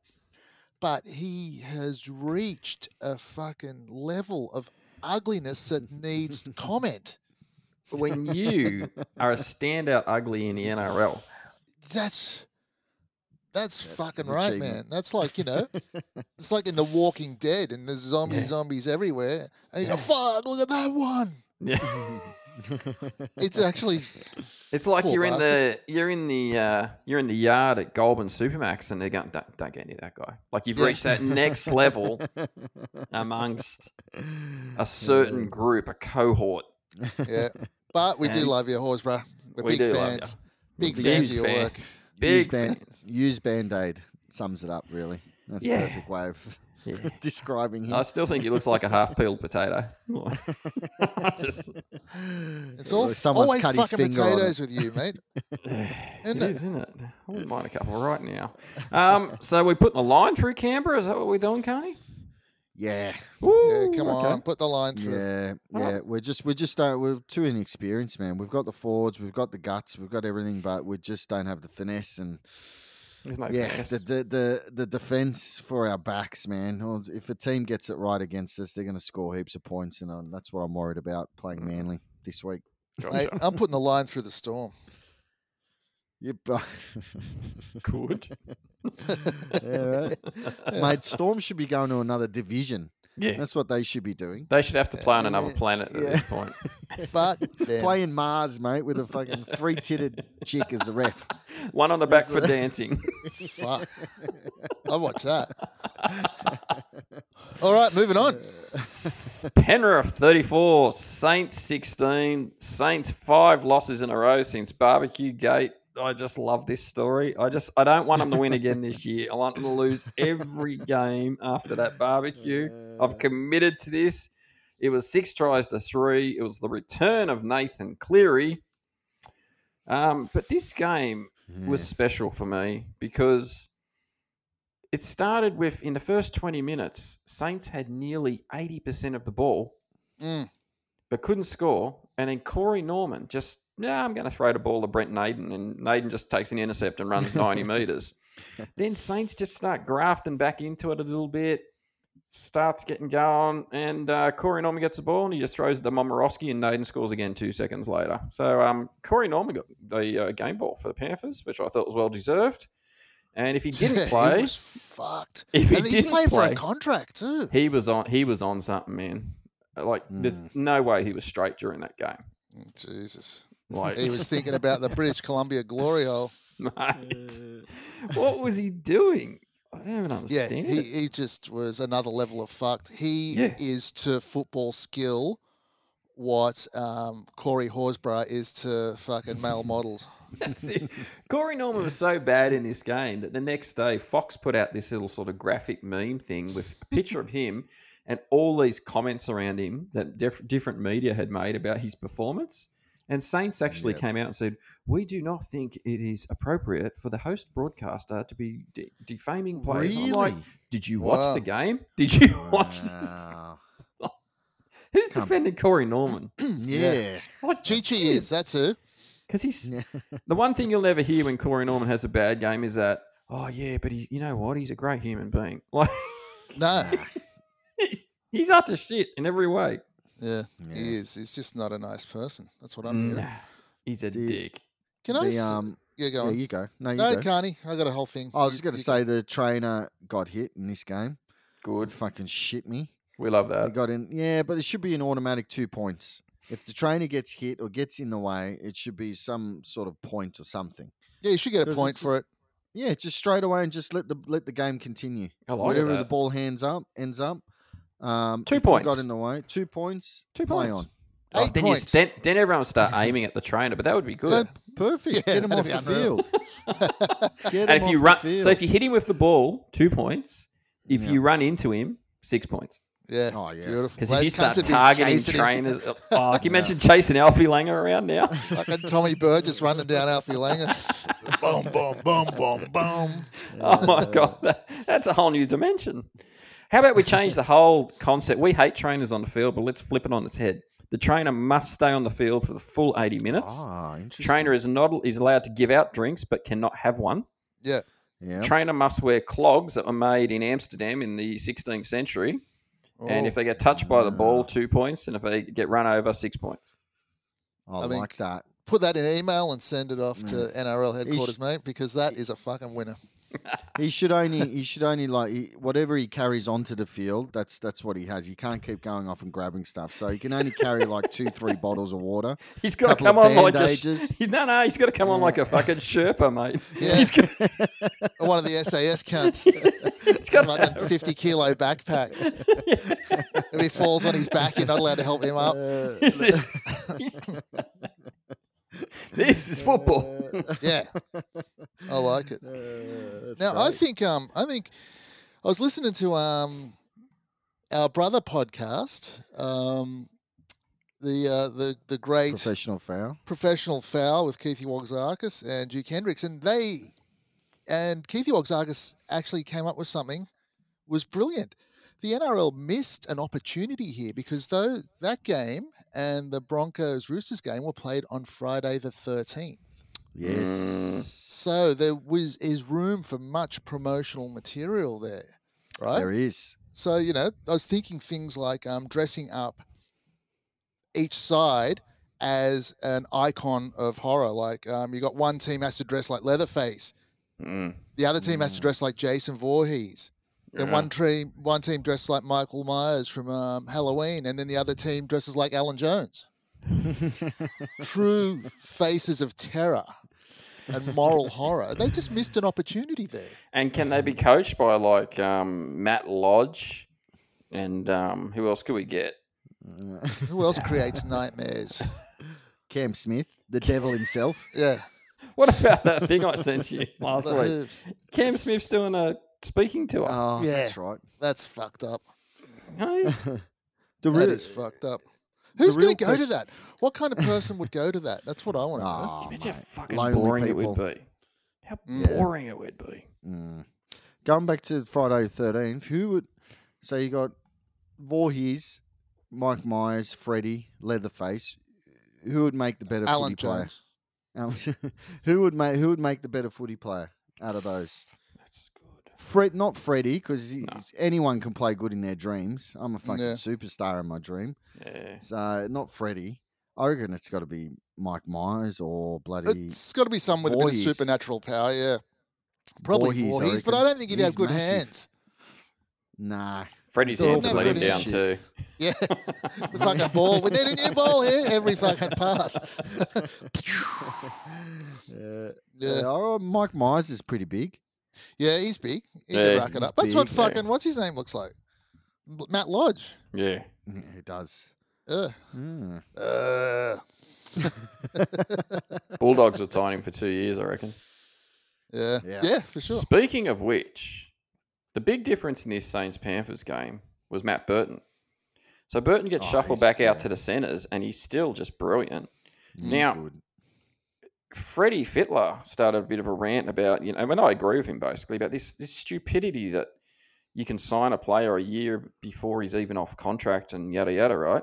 A: But he has reached a fucking level of ugliness that needs comment.
C: when you are a standout ugly in the NRL,
A: That's that's,
B: That's
A: fucking
B: an
A: right, man.
B: achievement.
A: That's like you know, it's like in The Walking Dead, and there's zombie
C: Yeah.
A: zombies everywhere. And you go,
C: Yeah.
A: fuck, look at that one.
C: yeah.
A: It's actually
C: It's like
A: Poor
C: you're in the you're in the uh, you're in the yard at Goulburn Supermax, and they're going, "Don't, don't get any of that guy." Like you've
A: Yeah.
C: reached that next level amongst a certain group, a cohort.
A: yeah, but we do
C: And-
A: love your horse, bro. We're
C: We
A: big
C: do love ya.
A: fans. Big
C: Huge
A: fans of your
C: fan.
A: work.
C: Big
B: use, ban-
C: fans.
B: use Band-Aid sums it up, really. That's
C: Yeah.
B: a perfect way of
C: Yeah.
B: describing him.
C: I still think he looks like a half peeled potato. Just,
A: It's all
B: Or someone's
A: always
B: cut his
A: fucking
B: finger on it.
A: potatoes with you, mate.
C: it
A: Isn't
C: is, isn't it? I wouldn't mind a couple right now. Um, so we're putting a line through Canberra. Is that what we're doing, Carney?
A: Yeah,
B: yeah,
C: Woo,
A: come
C: okay.
A: on, put the line through.
B: yeah,
C: All
B: yeah.
C: right.
B: We're just we're just don't, we're too inexperienced, man. We've got the forwards, we've got the guts, we've got everything, but we just don't have the finesse and
C: There's no
B: yeah,
C: finesse.
B: the, the the the defense for our backs, man. Or If a team gets it right against us, they're going to score heaps of points, and uh, that's what I'm worried about playing Manly this week.
A: Mate,
C: Gotcha.
A: I'm putting the line through the storm.
B: Yep.
C: Good.
B: yeah, right. Mate, Storm should be going to another division.
C: Yeah.
B: That's what they should be doing.
C: They should have to play on another
B: Yeah.
C: planet at
B: Yeah.
C: this point.
A: Fuck them.
B: Playing Mars, mate, with a fucking three titted chick as the ref.
C: One on the back for dancing.
A: Fuck. I watch that. All right, moving on.
C: S- Penrith 34, Saints 16, Saints five losses in a row since Barbecue Gate. I just love this story. I just I don't want them to win again this year. I want them to lose every game after that barbecue. I've committed to this. It was six tries to three. It was the return of Nathan Cleary. Um, but this game, was special for me because it started with in the first 20 minutes, Saints had nearly 80% of the ball
A: Mm.
C: but couldn't score. And then Corey Norman just, nah, I'm going to throw the ball to Brent Naden. And Naden just takes an intercept and runs 90 metres. Then Saints just start grafting back into it a little bit, starts getting going. And uh, Corey Norman gets the ball and he just throws it to Momorowski and Naden scores again two seconds later. So um, Corey Norman got the uh, game ball for the Panthers, which I thought was well deserved. And if he didn't
A: he
C: play,
A: was fucked.
C: if he
A: and he's
C: didn't
A: playing for
C: play-
A: a contract too.
C: he was on he was on something, man. Like there's
B: Mm.
A: Hmm.
C: no way he was straight during that game.
A: Jesus.
C: Like
A: He was thinking about the British Columbia glory hole.
C: Mate, what was he doing? I don't even
A: Uh. Yeah,
C: understand.
A: he,
C: it.
A: he just was another level of fucked. He
C: Yeah.
A: is to football skill what um, Corey Horsburgh is to fucking male models.
C: That's it. Corey Norman was so bad in this game that the next day Fox put out this little sort of graphic meme thing with a picture of him and all these comments around him that diff- different media had made about his performance. And Saints actually
B: Yep.
C: came out and said, "We do not think it is appropriate for the host broadcaster to be de- defaming players." I'm like, Did you watch
A: Wow.
C: the game? Did you watch this?
B: Wow.
C: Who's
B: Come-
C: defending Corey Norman?
B: Yeah.
C: What
A: Chi Chi is, that's who.
C: because he's
B: Yeah.
C: the one thing you'll never hear when Corey Norman has a bad game is that oh yeah, but he, you know what? He's a great human being. Like
A: No.
C: he's, he's up to shit in every way.
A: Yeah,
B: Yeah.
A: he is. He's just not a nice person. That's what I'm hearing.
C: Nah, he's a
B: Dude.
C: dick.
A: Can I?
B: The,
A: s-
B: um,
A: yeah, go
B: yeah,
A: on.
B: you go. No, you
A: no,
B: go.
A: Carney, I got a whole thing.
B: I was
A: You-
B: just going to
A: you-
B: say the trainer got hit in this game.
C: Good.
B: Fucking shit me.
C: We love
B: They
C: that.
B: got in. Yeah, but it should be an automatic two points. If the trainer gets hit or gets in the way, it should be some sort of point or something.
A: Yeah, you should get a
B: Does
A: point
B: this-
A: for it.
B: Yeah, just straight away and just let the let the game continue.
C: I like
B: Wherever the
C: that.
B: ball hands up ends up. Um,
C: Two
B: if you
C: points.
B: Got in the way. Two points.
C: Two
B: Play
C: points.
B: on.
C: Oh,
A: Eight
C: then, you,
A: points.
C: then, then everyone will start aiming at the trainer, but that would be good.
B: Perfect.
A: Yeah,
B: Get him
A: that'd
B: off
A: be
B: the
A: unreal.
B: field. Get
C: and
B: him
C: if you
B: off the
C: run,
B: field.
C: so if you hit him with the ball, two points. If
B: Yeah.
C: you run into him, six points.
A: Yeah.
B: Oh, yeah.
A: Beautiful.
C: Because if you
A: Those
C: start
A: cunts have been
C: targeting
A: chasing him to-
C: trainers, oh, can you imagine chasing Alfie Langer around now?
A: Fucking Tommy Bird just running down Alfie Langer. boom, boom, boom, boom, boom.
C: oh
B: Uh,
C: my god, that, that's a whole new dimension. How about we change the whole concept? We hate trainers on the field, but let's flip it on its head. The trainer must stay on the field for the full eighty minutes.
B: ah, interesting.
C: Trainer is not is allowed to give out drinks, but cannot have one.
A: Yeah.
B: Yeah.
C: Trainer must wear clogs that were made in Amsterdam in the 16th century. And
A: Oh,
C: if they get touched by the
B: Ah.
C: ball, two points. And if they get run over, six points.
B: I,
A: I think-
B: like that.
A: put that in an email and send it off to NRL headquarters,
B: Ish.
A: mate, because that is a fucking winner.
B: He should only he should only like he, whatever he carries onto the field. That's that's what he has. He can't keep going off and grabbing stuff. So he can only carry like two three bottles of water.
C: He's got to
B: Couple of
C: come on like a
B: bandages.
C: he- no, no. He's got to come on like a fucking Sherpa, mate.
A: Yeah.
C: He's got,
A: Or one of the SAS cunts,
C: he's got
A: fucking 50 kilo backpack. If he falls on his back, you're not allowed to help him up.
B: Uh,
C: This is, this is football.
B: Uh,
A: Yeah. I like it. Now I think um I think I was listening to um our brother podcast um the uh, the the great
B: professional foul.
A: professional foul with Keithy Wogsarkis and Duke Hendricks and they and Keithy Wogsarkis actually came up with something was brilliant. The NRL missed an opportunity here because though that game and the Broncos Roosters game were played on Friday the 13th.
B: Yes. Mm.
A: So there was is room for much promotional material there, right?
B: There is.
A: So you know, I was thinking things like um, dressing up each side as an icon of horror. Like um, you got one team has to dress like Leatherface,
C: Mm,
A: the other team has to
B: Mm.
A: dress like Jason Voorhees. Then
C: yeah.
A: one team, one team dresses like Michael Myers from um, Halloween, and then the other team dresses like Alan Jones. True faces of terror and moral horror. They just missed an opportunity there.
C: And can they be coached by like um, Matt Lodge? And um, who else could we get?
B: Uh,
A: Who else creates nightmares?
B: Cam Smith, the devil himself.
A: Yeah,
C: What about that thing I sent you last
A: the
C: week?
A: hooves.
C: Cam Smith's doing a speaking tour.
B: Oh,
A: Yeah.
B: that's right.
A: that's fucked up.
C: Hey?
B: uh, The
A: That
B: real-
A: is fucked up. Who's
B: real
A: going to go to
B: question-
A: that? What kind of person would go to that? That's what I want to know.
B: Oh,
C: Imagine how
B: mate.
C: fucking
B: Lonely
C: boring
B: people.
C: it would be. How
A: Mm.
B: Yeah.
C: boring it would be.
B: Mm. Going back to Friday the Thirteenth, who would? So you got Voorhees, Mike Myers, Freddy, Leatherface. Who would make the better
A: Alan
B: footy player?
A: Jones.
B: Alan, who would make Who would make the better footy player out of those?
C: That's good.
B: Fred, not Freddy, because
C: No.
B: anyone can play good in their dreams. I'm a fucking
A: Yeah.
B: superstar in my dream,
C: Yeah.
B: so not Freddy. I reckon it's got to be Mike Myers or bloody
A: It's got to be someone with a bit of
B: Voorhees.
A: supernatural power. Yeah, probably
B: Voorhees, I
A: Voorhees, but I
B: reckon.
A: don't think he'd have
B: He's
A: good
B: massive.
A: hands.
B: nah.
C: Freddie's
A: Don't
C: hands
A: have
C: have let him
A: good
C: down
B: hands.
C: too.
A: Yeah, the fucking ball. We need a new ball here. Every fucking pass.
B: Yeah.
A: Yeah,
B: Yeah, oh, Mike Myers is pretty big.
A: yeah, he's big. He
C: Yeah,
A: could rack it
B: he's
A: up. That's what
B: big,
C: yeah.
A: fucking what's his name looks like. M- Matt Lodge.
C: Yeah.
A: Mm-hmm.
B: Yeah, he does.
A: Ugh.
B: Mm.
A: Uh,
C: Bulldogs would sign him for two years, I reckon.
A: yeah. yeah,
B: Yeah.
A: for sure.
C: Speaking of which, the big difference in this Saints Panthers game was Matt Burton. So Burton gets
B: Oh,
C: shuffled
B: he's-
C: back out
B: yeah.
C: to the centres, and he's still just brilliant.
B: He's
C: Now-
B: good.
C: Freddie Fitler started a bit of a rant about, you know, and I agree with him basically about this this stupidity that you can sign a player a year before he's even off contract and yada yada, right?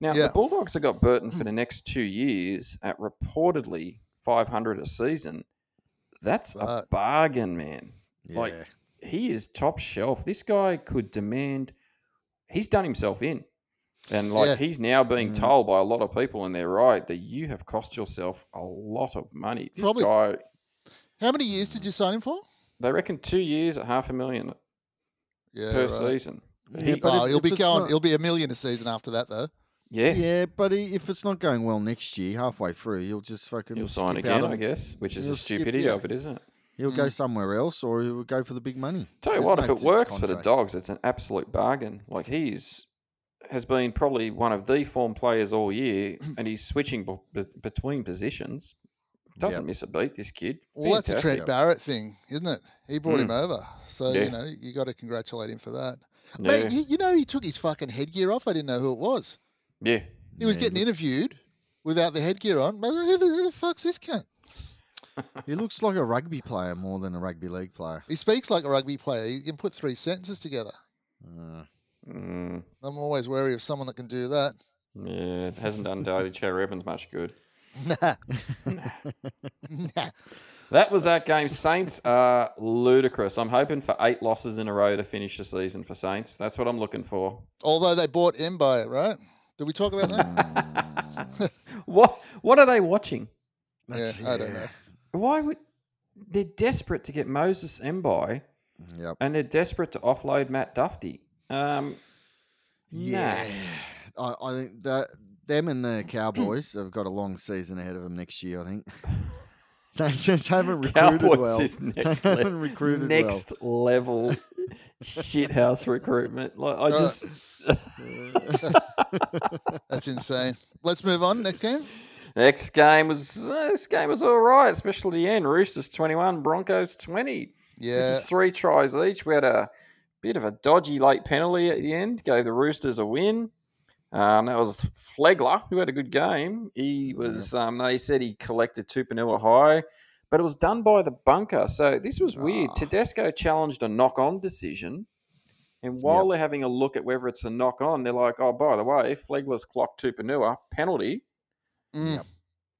C: Now
A: Yeah.
C: the Bulldogs have got Burton for the next two years at reportedly five hundred a season. That's a
A: Right.
C: bargain, man.
B: yeah.
C: like- He is top shelf. This guy could demand. He's done himself in, and like
A: Yeah.
C: he's now being
B: Mm.
C: told by a lot of people, and they're right that you have cost yourself a lot of money. This
A: Probably-
C: guy
A: How many years did you sign him for?
C: They reckon two years at half a million
A: Yeah,
C: per
A: right.
C: season.
B: Yeah, but
A: oh,
B: if-
A: he'll
B: if
A: be
B: it's
A: going.
B: not-
A: He'll be a million a season after that, though.
B: Yeah,
E: Yeah,
B: but he, if it's not going well next year, halfway through, he'll just fucking
C: You'll
B: skip
C: sign
B: out
C: again,
B: of
C: I
B: it.
C: guess, which is
B: He'll
C: the
B: skip,
C: stupidity
B: yeah.
C: of it, isn't it?
B: He'll
A: Mm.
B: go somewhere else, or he'll go for the big money.
C: Tell you
B: There's
C: what,
B: no
C: if it
B: fixed
C: works for the
B: contracts.
C: dogs, it's an absolute bargain. Like he's has been probably one of the form players all year, and he's switching b- between positions. Doesn't miss a beat. This kid.
A: Well, that's a Trent
C: Fantastic. Hmm.
A: Barrett thing, isn't it? He brought him over, so
C: Yeah.
A: you know you got to congratulate him for that.
C: Yeah.
A: Mate, he, you know he took his fucking headgear off. I didn't know who it was.
C: Yeah.
A: He was getting interviewed without the headgear on. Mate, who, the, who the fuck's this cunt?
B: He looks like a rugby player more than a rugby league player.
A: He speaks like a rugby player. He can put three sentences together.
B: Uh,
C: Mm,
A: I'm always wary of someone that can do that.
C: yeah. It hasn't done David Cherry Evans much good.
A: Nah. nah.
C: That was that game. Saints are ludicrous. I'm hoping for eight losses in a row to finish the season for Saints. That's what I'm looking for.
A: Although they bought Embo, right? Did we talk about that?
C: What What are they watching?
A: yeah,
B: that's-
A: I don't know.
C: Why would they're desperate to get Moses Mbai
B: Yep.
C: and they're desperate to offload Matt Duffy? Um,
B: Yeah.
C: nah.
B: I, I think that them and the Cowboys have got a long season ahead of them next year. I think they just haven't recruited
C: Cowboys
B: well.
C: is next
B: they
C: level.
B: haven't recruited
C: Next level shithouse recruitment. Like I
B: Uh.
A: Right.
C: just
A: That's insane. Let's move on. Next game.
C: next game was uh, this game was all right, especially the end. Roosters twenty one, Broncos twenty. This
A: Yeah.
C: was three tries each. We had a bit of a dodgy late penalty at the end, gave the Roosters a win. Um, that was Flegler, who had a good game. He was. Um, they said he collected Tupanua high, but it was done by the bunker. So this was weird.
B: Ah.
C: Tedesco challenged a knock-on decision, and while
B: Yep.
C: they're having a look at whether it's a knock-on, they're like, "Oh, by the way, Flegler's clocked Tupanua penalty."
A: Mm.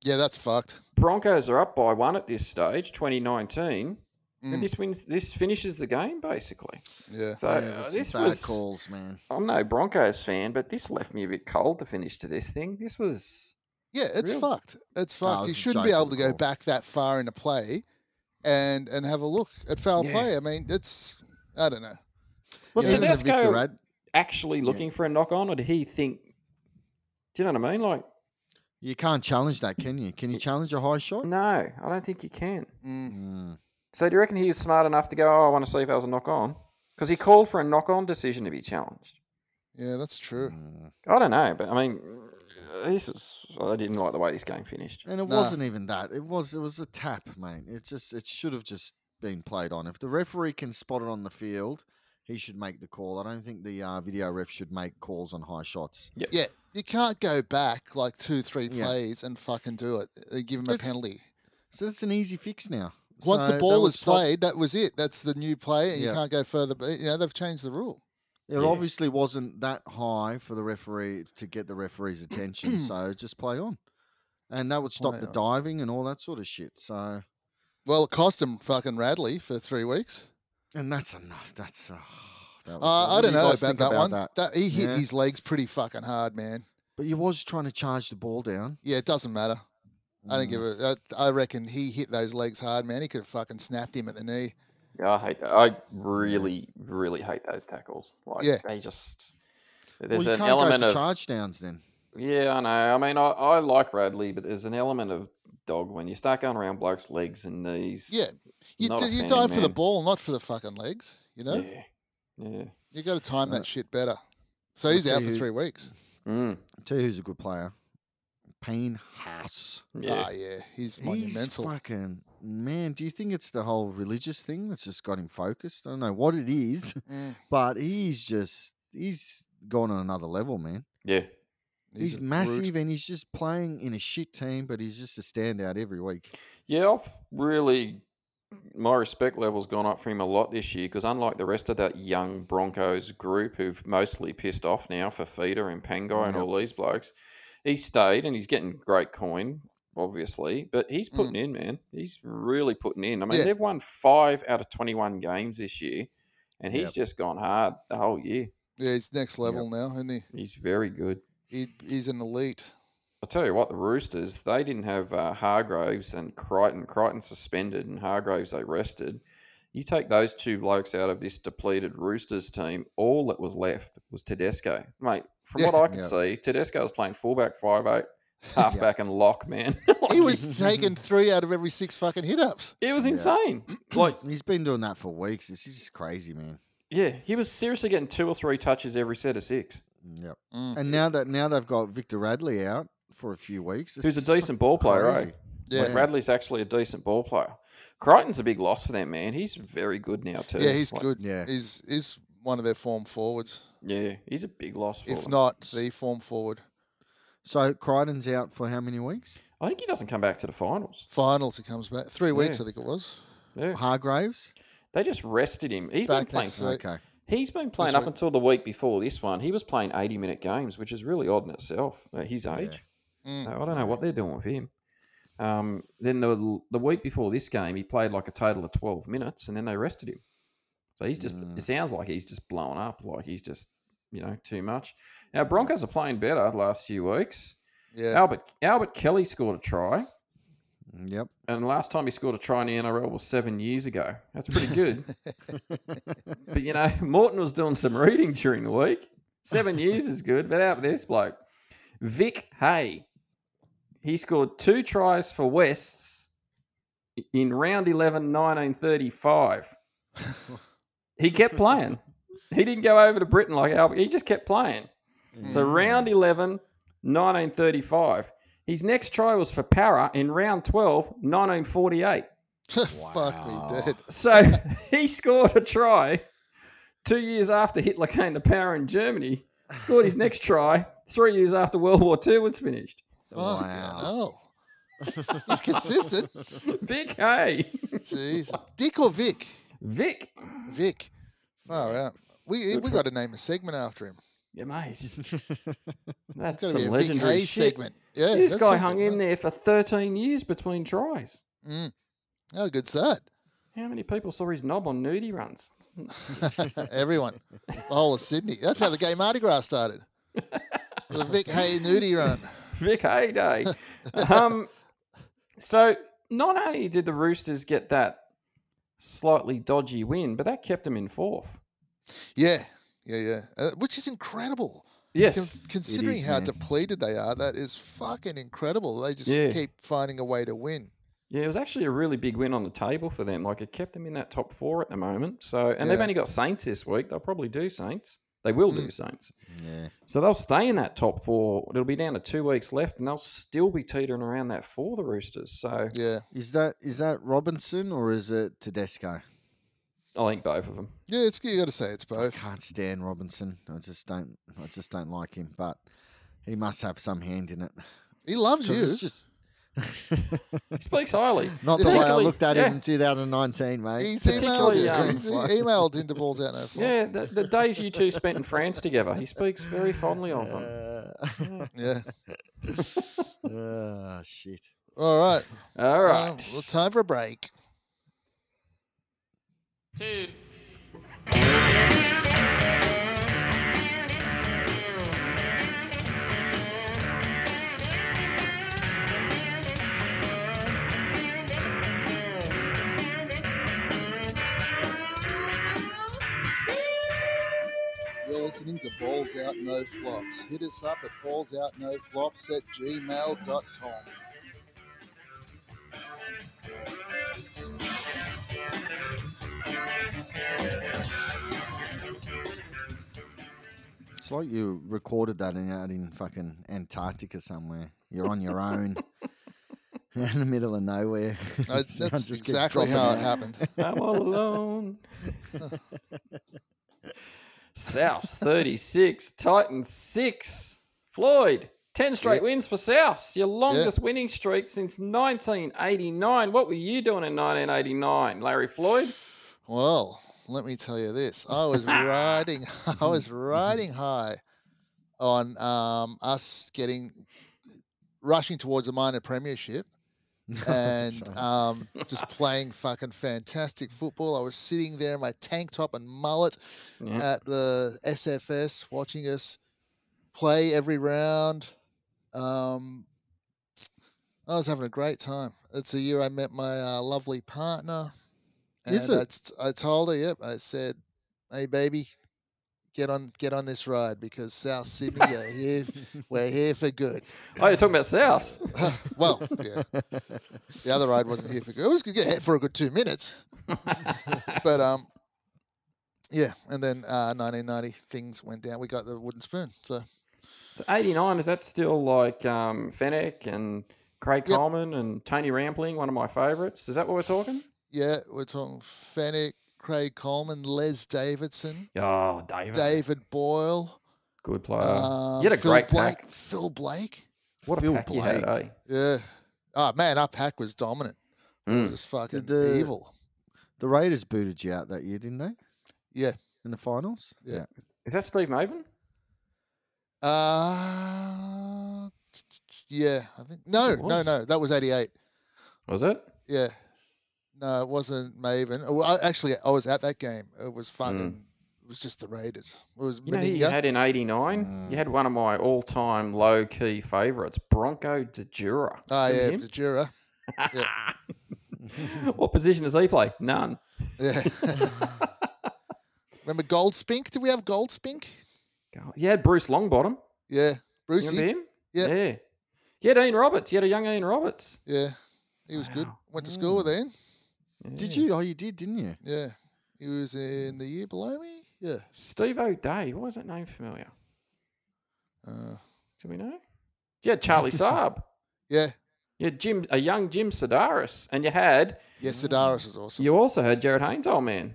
A: Yeah, that's fucked.
C: Broncos are up by one at this stage, 2019,
A: Mm.
C: and this wins. This finishes the game basically.
A: Yeah.
C: So
B: well.
C: uh,
B: with some
C: this
B: bad
C: was.
B: calls, man.
C: I'm no Broncos fan, but this left me a bit cold to finish to this thing. This was
A: Yeah, it's
C: Real.
A: fucked. It's
B: No, it
A: fucked.
B: was
A: you
B: a
A: shouldn't
B: joke
A: be
B: of
A: able
B: the
A: to go
B: call.
A: back that far into play and and have a look at foul
C: Yeah.
A: play. I mean, it's I don't know.
C: was
A: Yeah.
B: Even the Victor
C: Tedesco
B: Ad-
C: actually looking for a knock on, or did he think? Do you know what I mean? Like,
B: you can't challenge that, can you? Can you challenge a high shot?
C: no, I don't think you can.
A: Mm.
B: Mm.
C: So do you reckon he was smart enough to go? Oh, I want to see if I was a knock on, because he called for a knock on decision to be challenged.
A: Yeah, that's true.
B: Mm.
C: I don't know, but I mean, this was. I didn't like the way this game finished.
B: And it
A: Nah.
B: wasn't even that. It was it was a tap, mate. It just it should have just been played on. If the referee can spot it on the field, he should make the call. I don't think the uh, video ref should make calls on high shots.
A: Yeah, you can't go back like two, three
B: Yeah.
A: plays and fucking do it. Uh, Give him a
B: It's-
A: penalty.
B: So that's an easy fix now.
A: Once
B: So
A: the
B: that
A: ball
B: will
A: is
B: stop-
A: played, that was it. That's the new play, and you
B: Yeah.
A: can't go further. But you know they've changed the rule.
B: it
C: Yeah.
B: obviously wasn't that high for the referee to get the referee's attention. so just play on, and that would stop
A: Play
B: the
A: on.
B: diving and all that sort of shit. So,
A: Well, it cost him fucking Radley for three weeks.
B: and that's enough. That's uh, that was-
A: Uh, I
B: what do
A: don't
B: you
A: know
B: guys
A: about
B: think
A: that one.
B: That?
A: That? he hit
B: Yeah.
A: his legs pretty fucking hard, man.
B: But you was trying to charge the ball down.
A: Yeah, it doesn't matter. I don't give a. I I reckon he hit those legs hard, man. He could have fucking snapped him at the knee.
C: Yeah, I hate that. I really, really hate those tackles. Like
A: Yeah.
C: they just
B: Well,
C: there's
B: you can't
C: an element
B: go for
C: of
B: charge downs then.
C: yeah, I know. I mean, I, I like Radley, but there's an element of dog when you start going around blokes' legs and knees.
A: Yeah, you
C: Not
A: do,
C: a
A: you
C: fan,
A: dive for the
C: man.
A: ball, not for the fucking legs. You know,
C: yeah, yeah.
A: you got to time
B: Uh,
A: that shit better. So
B: I'll
A: he's
B: tell
A: out for
B: you-
A: three weeks.
C: Mm,
B: Tell you who's a good player. Payne Haas.
C: yeah.
A: Ah, yeah, he's
B: He's
A: monumental.
B: fucking man. Do you think it's the whole religious thing that's just got him focused? I don't know what it is,
A: Mm,
B: but he's just he's gone on another level, man.
C: yeah,
B: He's,
A: a brute.
B: massive and he's just playing in a shit team, but he's just a standout every week.
C: yeah. I've really my respect level's gone up for him a lot this year because unlike the rest of that young Broncos group who've mostly pissed off now for Feeder and Pangai and
B: Yep.
C: all these blokes, he stayed and he's getting great coin, obviously, but
B: Mm.
C: he's putting in, man. He's really putting in. I mean,
A: Yeah.
C: they've won five out of 21 games this year and he's
B: Yep.
C: just gone hard the whole year.
A: Yeah, he's next level now, isn't he?
C: He's very good.
A: he? He's an elite.
C: I'll tell you what, the Roosters, they didn't have uh, Hargraves and Crichton. Crichton suspended and Hargraves they rested. You take those two blokes out of this depleted Roosters team, all that was left was Tedesco. Mate, from what
A: Yeah.
C: I can
B: Yeah.
C: see, Tedesco was playing fullback, five eight, halfback, and lock, man. Like,
A: He was taking three out of every six fucking hit ups.
C: It was
B: Yeah.
C: insane. Like,
B: He's been doing that for weeks. This is just crazy, man.
C: yeah, he was seriously getting two or three touches every set of six.
B: Yep.
A: Mm.
B: And now that now they've got Victor Radley out for a few weeks.
C: Who's
B: it's
C: a decent ball player,
B: crazy.
C: eh?
A: Yeah.
C: Like Radley's actually a decent ball player. Crichton's a big loss for them, man. He's very good now too.
A: yeah, he's
C: Like,
A: good.
B: Yeah.
A: He's, he's one of their form forwards,
C: Yeah, he's a big loss for
A: if
C: them.
A: not the form forward.
B: So Crichton's out for how many weeks?
C: I think he doesn't come back to the finals.
A: Finals, he comes back. Three weeks,
C: Yeah.
A: I think it was.
C: Yeah,
B: Hargraves.
C: they just rested him. He's
A: Back
C: been playing.
A: next So-
B: Okay.
C: He's been playing
A: This
C: up
A: week.
C: until the week before this one. He was playing eighty-minute games, which is really odd in itself at his
B: Yeah.
C: age.
A: Mm.
C: So I don't know what they're doing with him. Um, then the the week before this game, he played like a total of twelve minutes, and then they rested him. So he's just.
B: Mm.
C: It sounds like he's just blown up. Like he's just you know too much. Now Broncos are playing better the last few weeks.
A: Yeah.
C: Albert Albert Kelly scored a try,
B: Yep.
C: and the last time he scored a try in the NRL was seven years ago. That's pretty good. but you know, Morton was doing some reading during the week. Seven years is good, but out this bloke, Vic Hay, he scored two tries for Wests in round 11, 1935. he kept playing. He didn't go over to Britain like Albert. He just kept playing. So
A: Mm.
C: round 11, 1935. His next try was for Para in round 12, 1948.
A: Fuck me,
B: Wow.
A: dude.
C: So he scored a try two years after Hitler came to power in Germany. Scored his next try three years after World War II was finished.
A: Oh,
B: Wow.
A: No. He's consistent.
C: Vic Hay.
A: Jeez. Dick or Vic?
C: Vic.
A: Vic. Far out. We
C: Good
A: we
C: for-
A: got to name a segment after him.
C: Yeah, mate. That's
A: It's got to
C: some
A: be a Vic
C: legendary
A: Hay
C: shit.
A: segment. Yeah,
C: this
A: that's
C: guy
A: something,
C: hung in
A: mate.
C: there for 13 years between tries.
A: Mm. Oh, good start.
C: How many people saw his knob on nudie runs?
A: Everyone, the whole of Sydney. That's how the gay Mardi Gras started. The Vic Hay nudie run.
C: Vic Hay Day. Um, so not only did the Roosters get that slightly dodgy win, but that kept them in fourth.
A: Yeah, yeah, yeah. Uh, which is incredible. Con-
C: Yes.
A: considering
B: is,
A: how
B: man.
A: depleted they are, that is fucking incredible. They just
C: Yeah.
A: keep finding a way to win.
C: Yeah, it was actually a really big win on the table for them. Like it kept them in that top four at the moment. So and they've
A: Yeah.
C: only got Saints this week. They'll probably do Saints. They will do Saints.
B: Yeah.
C: So they'll stay in that top four. It'll be down to two weeks left, and they'll still be teetering around that for the Roosters. So
A: Yeah,
B: Is that is that Robinson or is it Tedesco?
C: I think both of them.
A: yeah. It's you got to say it's
B: I
A: both.
B: can't stand Robinson. I just don't. I just don't like him. But he must have some hand in it.
A: He loves
B: 'Cause
A: you.
B: It's just
C: He speaks highly.
B: not the way I
C: Particularly-
B: looked at
C: yeah.
B: him in 2019, mate.
A: He's emailed
C: particularly,
A: you.
C: um,
A: He's e-, emailed into balls out no flops.
C: Yeah, the, the days you two spent in France together, he speaks very fondly of them.
B: Uh,
A: yeah.
B: oh shit.
A: All right.
C: All right.
A: Um, well, time for a break. You're listening to Balls Out No Flops. Hit us up at ballsoutnoflops at gmail.com.
B: It's like you recorded that in, out in fucking Antarctica somewhere. You're on your own. Out in the middle of nowhere.
A: I,
B: Sound
A: that's
B: just keeps
A: exactly
B: dropping
A: how it
B: out.
A: happened.
C: I'm all alone. South 36, Titans 6. Floyd, 10 straight
A: Yep.
C: wins for South. Your longest winning streak since 1989. What were you doing in 1989, Larry Floyd?
A: Well, let me tell you this. I was riding I
B: Mm-hmm.
A: was riding high on um, us getting rushing towards a minor premiership
B: Oh,
A: and
B: Sorry.
A: um, just playing fucking fantastic football. I was sitting there in my tank top and mullet
C: Yeah.
A: at the SFS watching us play every round. Um, I was having a great time. It's the year I met my uh, lovely partner.
B: Is
A: And
B: it?
A: I t- I, told her, yep. I said, "Hey, baby, get on, get on this ride because South Sydney are here. We're here for good."
C: Oh, you're talking about South.
A: well, yeah, the other ride wasn't here for good. It was good yeah, for a good two minutes, but um, yeah. And then uh, 1990, things went down. We got the wooden spoon. So
C: So 89, is that still like um, Fennec and Craig
A: Yep.
C: Coleman and Tony Rampling, one of my favourites? Is that what we're talking?
A: yeah, we're talking Fennec, Craig Coleman, Les Davidson,
C: Oh, David.
A: David Boyle.
C: Good player.
A: um,
C: you had a
A: Phil
C: great
A: Blake,
C: pack.
A: Phil Blake.
C: what a
B: uh, Phil
C: pack you had,
B: Blake.
C: eh?
A: Yeah. Oh man, our pack was dominant. It
C: Mm.
A: was fucking
B: Did, uh,
A: evil.
B: The Raiders booted you out that year, didn't they?
A: Yeah.
B: In the finals?
A: Yeah.
C: Is that Steve Maven?
A: Uh t- t- t- yeah, I think no,
C: It
A: no,
C: was?
A: no. That was eighty eight.
C: Was it?
A: Yeah. No, it wasn't Maven. Oh, Well, I, actually, I was at that game. It was fucking. It was just the Raiders. It was
C: You know who you
A: Meninga.
C: had in 89? You had one of my all time low key favourites, Bronco De Jura.
A: Oh yeah,
C: Remember him?
A: Jura.
C: what position does he play? None.
A: Yeah. Remember Goldspink? Did we have Goldspink?
C: God, You had Bruce Longbottom.
A: Yeah, E.
C: You remember
A: Brucey.
C: him?
A: Yep.
C: Yeah. You had Ian Roberts. You had a young Ian Roberts.
A: Yeah, he was good.
C: Wow.
A: Went to school with Ian.
B: Did
C: Yeah.
B: you? Oh, you did, didn't you?
A: Yeah, he was in the year below me. Yeah.
C: Steve O'Day. Why is that name familiar?
A: Uh,
C: Do we know? You had Charlie Saab.
A: yeah.
C: You had Jim, a young Jim Sedaris, and you had
A: Yeah, Sidaris is awesome.
C: you also had Jared Haynes, old man.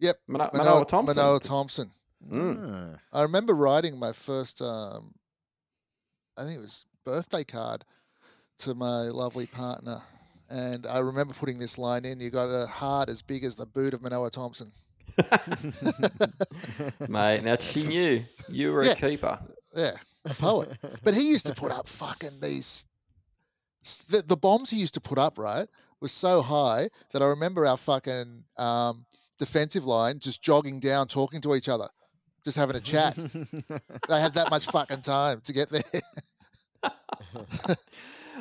A: Yep.
C: Mano- Manoa,
A: Manoa
C: Thompson.
A: Manoa Thompson.
C: Mm.
B: Ah.
A: I remember writing my first, um, I think it was birthday card to my lovely partner. And I remember putting this line in you got a heart as big as the boot of Manoa Thompson.
B: Ah.
C: Mate, now she knew you were
A: Yeah.
C: a keeper.
A: Yeah, a poet. but he used to put up fucking these. s- The, the bombs he used to put up, right, was so high that I remember our fucking um, defensive line just jogging down, talking to each other, just having a chat. they had that much fucking time to get there.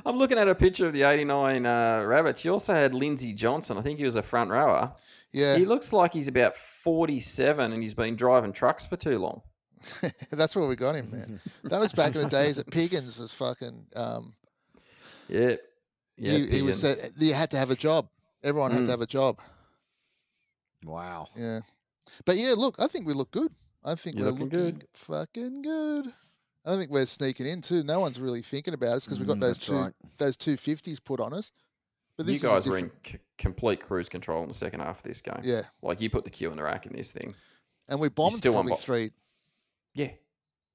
C: I'm looking at a picture of the 89 uh, Rabbits. You also had Lindsay Johnson. I think he was a front rower.
A: yeah,
C: He looks like he's about 47 and he's been driving trucks for too long.
A: that's where we got him, man. That was back in the days that Piggins was fucking. Um,
C: Yeah. Yeah,
A: he, he was
C: Piggins.
A: said you had to have a job. Everyone had
C: Mm.
A: to have a job.
B: wow.
A: Yeah. But yeah, look, I think we look good. I think
C: You're
A: we're
C: looking
A: looking,
C: good.
A: fucking good. I don't think we're sneaking in too. No one's really thinking about us because we got
B: Mm,
A: those
B: that's
A: two
B: right.
A: those two fifties put on us. But this
C: you
A: is a
C: guys were in
A: different-
C: c- complete cruise control in the second half of this game.
A: yeah,
C: Like you put the Q in the rack in this thing.
A: and we bombed
C: still won
A: probably
C: by-
A: three.
C: Yeah.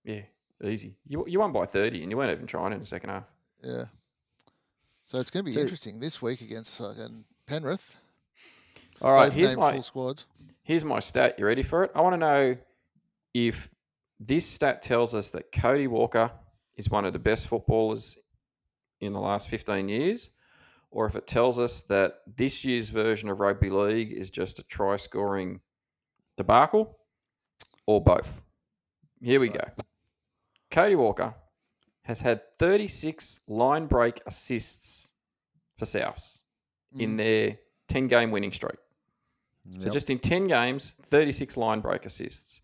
C: Yeah. Easy. You, you won by 30 and you weren't even trying in the second half.
A: Yeah, so it's going to be
B: So-
A: interesting this week against fucking Penrith.
C: All right.
A: Both
C: Here's
A: named
C: my,
A: full squads.
C: here's my stat. You ready for it? I want to know if this stat tells us that Cody Walker is one of the best footballers in the last 15 years, or if it tells us that this year's version of rugby league is just a try scoring debacle, or both. Here we go. Cody Walker has had 36 line break assists for Souths in
A: Mm.
C: their 10 game winning streak. So
B: Yep.
C: just in 10 games, 36 line break assists.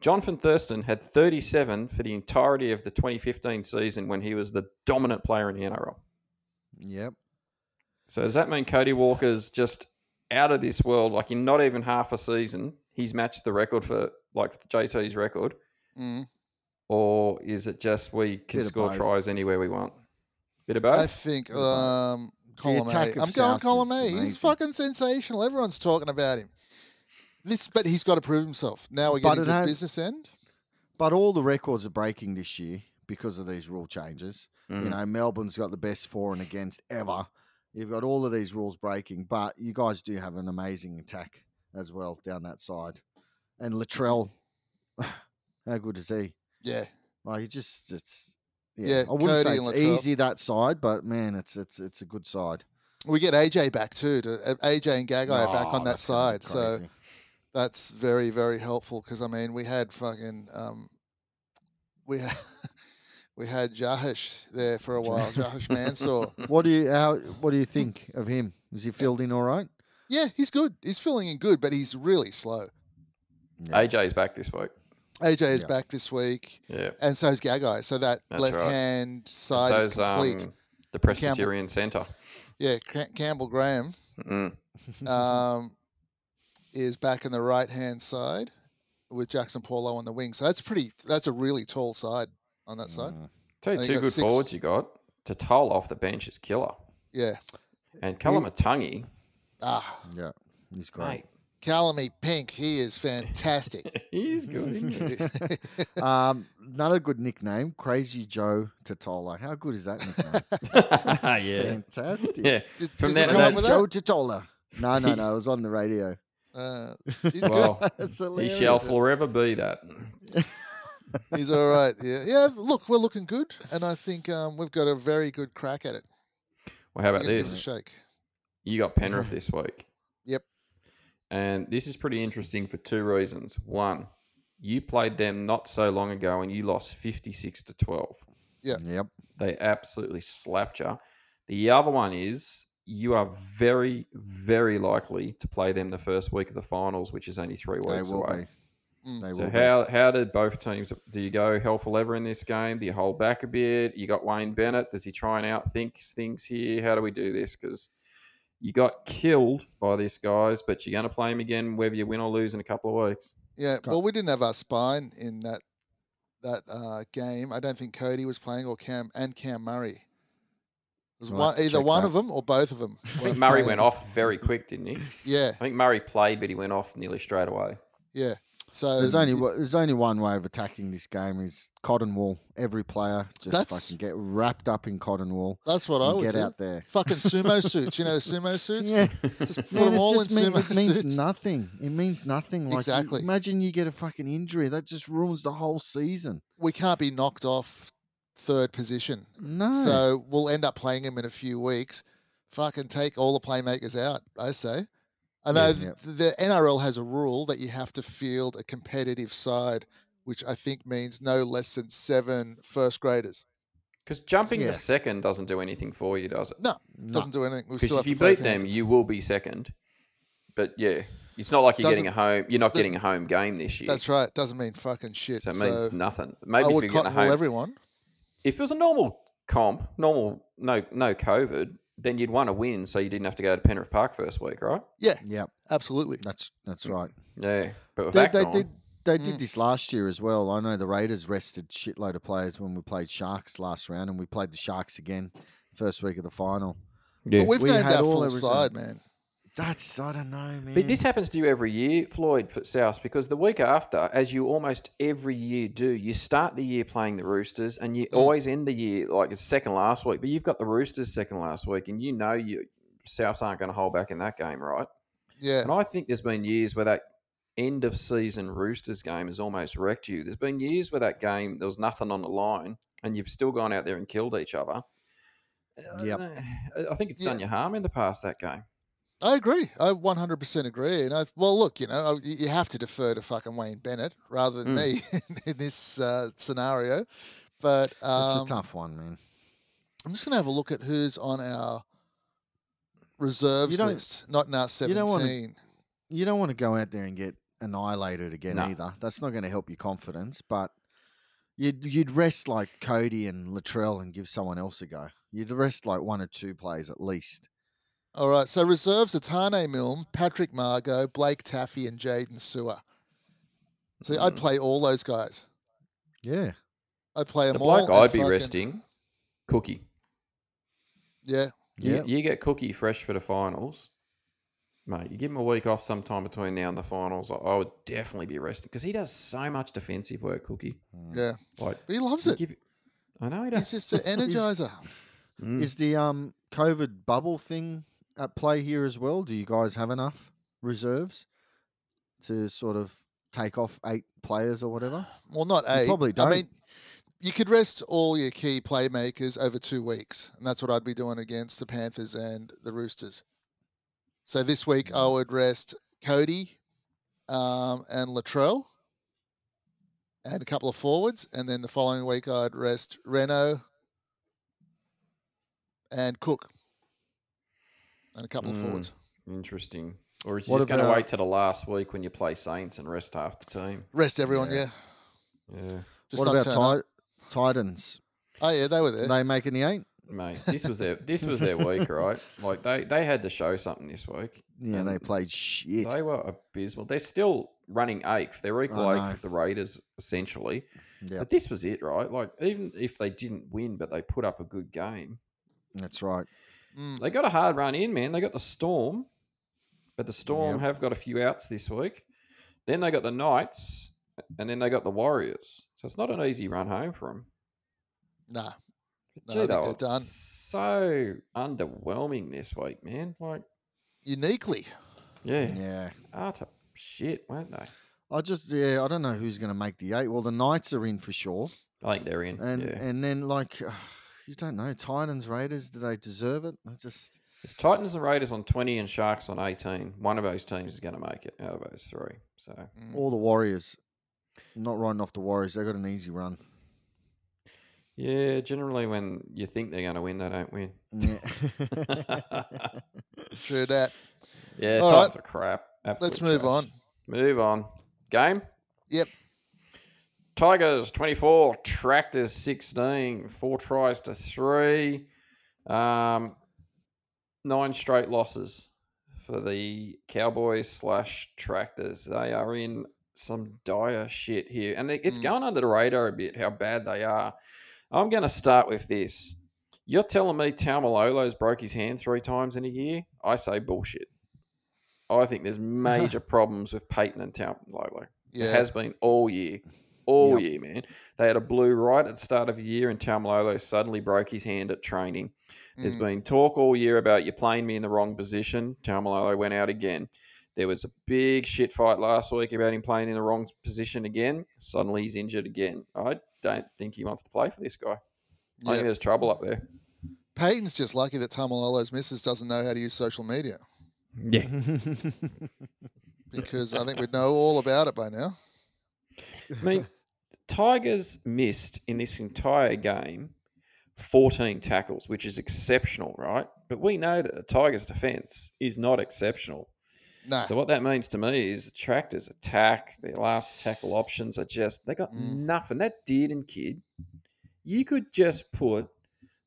C: Jonathan Thurston had 37 for the entirety of the 2015 season when he was the dominant player in the NRL.
B: Yep.
C: So does that mean Cody Walker's just out of this world? Like in not even half a season, he's matched the record for like JT's record,
A: Mm.
C: or is it just we can
B: Bit of
C: score
B: both.
C: tries anywhere we want? Bit of
A: I
C: both.
A: think
B: What about-
A: um, column A. I'm
B: attack of
A: going
B: South
A: column
B: is
A: A. He's
B: amazing.
A: fucking sensational. Everyone's talking about him. This, but he's got to prove himself. Now we're
B: But
A: getting
B: it
A: to the
B: had-
A: business end.
B: But all the records are breaking this year because of these rule changes. You
C: Mm.
B: know, Melbourne's got the best for and against ever. You've got all of these rules breaking, but you guys do have an amazing attack as well down that side. And Latrell, how good is he?
A: Yeah,
B: Like it just it's yeah.
A: Yeah,
B: I wouldn't
A: Cody
B: say
A: and
B: it's
A: Latrell.
B: easy that side, but man, it's it's it's a good side.
A: We get AJ back too. To, uh, AJ and Gagai are back
B: Oh,
A: on that
B: that's gonna
A: side,
B: be
A: so
B: crazy.
A: that's very very helpful. Because I mean, we had fucking um, we had, we had Jahish there for a while. Jahish Mansour.
B: what do you how what do you think of him? Is he filled in all right?
A: Yeah, he's good. He's filling in good, but he's really slow.
B: Yeah.
C: AJ's back this week.
A: AJ is
B: Yeah.
A: back this week,
C: Yeah.
A: and so is Gagai. So that
C: That's right.
A: left hand side is
C: So's, um,
A: complete.
C: the Presbyterian Centre.
A: yeah, Cra- Campbell Graham
C: Mm.
A: um, is back in the right hand side with Jackson Paulo on the wing. So that's pretty. That's a really tall side on that side.
B: Mm.
C: Tell you
A: I think
C: two
A: that's
C: good
A: six.
C: forwards you got. Totola off the bench is killer.
A: Yeah.
C: And Kalamatangi,
A: Ah,
B: Yeah, he's great.
C: mate,
A: Calamy Pink. He is fantastic.
C: he's good. Isn't he?
B: um, another good nickname, Crazy Joe Totola. How good is that nickname? That's
C: yeah.
B: fantastic.
C: Yeah.
A: Did,
C: From
A: did
C: that-
A: you come up
C: that-
A: with
B: Joe
A: that?
B: Totola. No, no, no. It was on the radio.
A: Uh, he's good.
C: Well,
B: That's
C: he
B: hilarious.
C: shall forever be that.
A: He's all right. Yeah, yeah. Look, we're looking good, and I think um, we've got a very good crack at it.
C: Well, how
A: We're
C: about
A: gonna give it
C: this?
A: a shake.
C: You got Penrith this week.
A: Yep.
C: And this is pretty interesting for two reasons. One, you played them not so long ago and you lost 56 to 12.
B: Yep.
C: They absolutely slapped you. The other one is you are very, very likely to play them the first week of the finals, which is only three
B: They
C: weeks
B: will
C: away.
B: be. They
C: So
B: will
C: how how did both teams do you go hell for leather in this game? Do you hold back a bit? You got Wayne Bennett. Does he try and outthink things here? How do we do this? Because you got killed by this guys, but you're going to play him again, whether you win or lose in a couple of weeks.
A: Yeah,
B: Co-
A: well, we didn't have our spine in that that uh, game. I don't think Cody was playing or Cam and Cam Murray. It was
B: We'll have
A: one
B: to
A: either
B: check
A: one
B: that.
A: of them or both of them.
C: I think Murray went off very quick, didn't he? I
A: Yeah,
C: think Murray played, but he went off nearly straight away.
A: yeah. So
B: There's only wa- there's only one way of attacking this game is cotton wool. Every player just
A: That's-
B: fucking get wrapped up in cotton wool
A: that's what I
B: and
A: would
B: get
A: do.
B: out there.
A: Fucking sumo suits. You know the sumo suits.
B: Yeah,
A: Just put
B: man,
A: them
B: it
A: all in
B: just mean,
A: sumo
B: it means
A: suits.
B: nothing. It means nothing. Like, you-
A: Exactly.
B: Imagine you get a fucking injury that just ruins the whole season.
A: We can't be knocked off third position.
B: No,
A: So
C: Oh.
A: we'll end up playing him in a few weeks. Fucking take all the playmakers out, I say. I know
B: Yeah,
A: th-
B: yeah.
A: the NRL has a rule that you have to field a competitive side, which I think means no less than seven first graders.
C: Because jumping to
B: Yeah.
C: second doesn't do anything for you, does it?
A: No,
B: No.
A: doesn't do anything. We
C: Because
A: still
C: if
A: have
C: you
A: to play
C: beat them,
A: Panthers.
C: you will be second. But yeah, it's not like you're getting a home. You're not
A: doesn't-
C: getting a home game this year.
A: That's right. Doesn't mean fucking shit.
C: So
A: So,
C: it means nothing.
A: I
C: Maybe if
A: would
C: you're getting a
A: cotton wool
C: home,
A: everyone.
C: if it was a normal comp, normal no no COVID, then you'd want to win, so you didn't have to go to Penrith Park first week, right?
B: Yep,
A: Absolutely.
B: that's that's right.
C: Yeah, but with
B: They,
C: that
B: they
C: gone,
B: did they did
A: Mm.
B: this last year as well. I know the Raiders rested shitload of players when we played Sharks last round, and we played the Sharks again first week of the final.
C: Yeah.
A: But we've
B: We
A: named
B: had
A: our
B: all
A: full
B: everything.
A: side, man.
B: That's I don't know, man.
A: Mm.
C: But this happens to you every year, Floyd for South, because the week after, as you almost every year do, you start the year playing the Roosters, and you
A: Mm.
C: always end the year like it's second last week. But you've got the Roosters second last week, and you know you Souths aren't going to hold back in that game, right?
A: Yeah.
C: And I think there's been years where that end of season Roosters game has almost wrecked you. There's been years where that game there was nothing on the line, and you've still gone out there and killed each other. I
B: Yep.
C: dunno. I- I think it's done
A: Yeah.
C: you harm in the past that game.
A: I agree. I 100% agree. And I, well, look, you know, I- you you have to defer to fucking Wayne Bennett rather
B: Hmm.
A: than me in, this uh, scenario. But um,
B: it's a tough one, man.
A: I'm just going to have a look at who's on our reserves
B: don't-
A: list, not in our 17.
B: you don't wanna- You don't want to go out there and get annihilated again
C: No.
B: either. That's not going to help your confidence. But you'd you'd rest like Cody and Latrell and give someone else a go. You'd rest like one or two players at least.
A: All right. So reserves are Tane Milne, Patrick Margot, Blake Taffy, and Jaden Sewer. See, I'd
B: Hmm.
C: Mm.
A: play all those guys.
B: Yeah,
A: I'd play them
C: The
A: all.
C: bloke
A: and
C: I'd be
A: fucking-
C: resting, Cookie.
A: Yeah.
C: You,
B: yeah.
C: you get Cookie fresh for the finals, mate. You give him a week off sometime between now and the finals. I, I would definitely be resting because he does so much defensive work, Cookie.
B: Mm.
A: Yeah.
C: Like
A: But he loves
C: you
A: it.
C: give- I know he
A: He's
C: does.
A: just an energizer.
C: Mm.
B: Is the um COVID bubble thing at play here as well? Do you guys have enough reserves to sort of take off eight players or whatever?
A: Well, not
B: You
A: eight.
B: probably
A: I
B: don't.
A: mean, you could rest all your key playmakers over two weeks, and that's what I'd be doing against the Panthers and the Roosters. So this week
B: Mm.
A: I would rest Cody um, and Latrell and a couple of forwards, and then the following week I'd rest Reno and Cook and a couple of
C: Mm.
A: forwards.
C: Interesting. Or is he
B: What
C: just going to
B: about-
C: wait till the last week when you play Saints and rest half the team?
A: Rest everyone, yeah.
C: Yeah. Yeah,
A: Just
B: what
A: not
B: about
A: turn up.
B: Ti- Titans?
A: Oh yeah, they were
B: Did
A: there.
B: they make any eight?
C: mate. This was their this was their week, right? Like they they had to show something this week.
B: Yeah, they
C: And
B: played shit.
C: They were abysmal. They're still running eighth. They're equal
B: I
C: eighth
B: know.
C: with the Raiders, essentially.
B: yeah,
C: But this was it, right? Like, even if they didn't win, but they put up a good game,
B: that's right.
A: Mm.
C: they got a hard run in, man. They got the Storm, but the Storm
B: Yep.
C: have got a few outs this week. Then they got the Knights, and then they got the Warriors. So it's not an easy run home for them.
A: Nah, No, I
C: Gee,
A: think
C: they
A: they're
C: were
A: done.
C: so underwhelming this week, man. Like,
A: uniquely.
C: yeah,
B: Yeah.
C: utter shit, weren't they?
B: I just yeah, I don't know who's going to make the eight. Well, the Knights are in for sure,
C: I think they're in.
B: and
C: yeah.
B: and then like you don't know Titans Raiders. Do they deserve it? I just
C: It's Titans and Raiders on 20 and Sharks on 18. One of those teams is going to make it out of those three. So,
A: Mm.
B: all the Warriors. I'm not riding off the Warriors. They got an easy run.
C: yeah, generally when you think they're going to win, they don't win.
B: Yeah.
A: True that.
C: Yeah,
A: All
C: Titans are crap. Absolute
A: Let's move
C: trash.
A: on.
C: Move on. Game?
A: Yep.
C: Tigers 24, Tractors 16, four tries to three. Um, nine straight losses for the Cowboys slash Tractors. They are in some dire shit here. And it- it's
A: Mm.
C: going under the radar a bit how bad they are. I'm going to start with this. You're telling me Taumalolo's broke his hand three times in a year? I say bullshit. I think there's major problems with Peyton and Taumalolo. It
A: Yeah.
C: has been all year. All
B: Yep.
C: year, man. They had a blue right at the start of the year, and Taumalolo suddenly broke his hand at training. There's
A: Mm.
C: been talk all year about you playing me in the wrong position. Taumalolo went out again. There was a big shit fight last week about him playing in the wrong position again. Suddenly he's injured again. I don't think he wants to play for this guy. I
A: Yeah.
C: think there's trouble up there.
A: Peyton's just lucky that Tamalolo's missus doesn't know how to use social media
C: Yeah.
A: because I think we'd know all about it by now.
C: I mean, Tigers missed in this entire game 14 tackles, which is exceptional, right? But we know that the Tigers' defense is not exceptional.
A: No.
C: So what that means to me is the Tractors attack, their last tackle options are just they got
A: Mm.
C: nothing. That Dearden kid, you could just put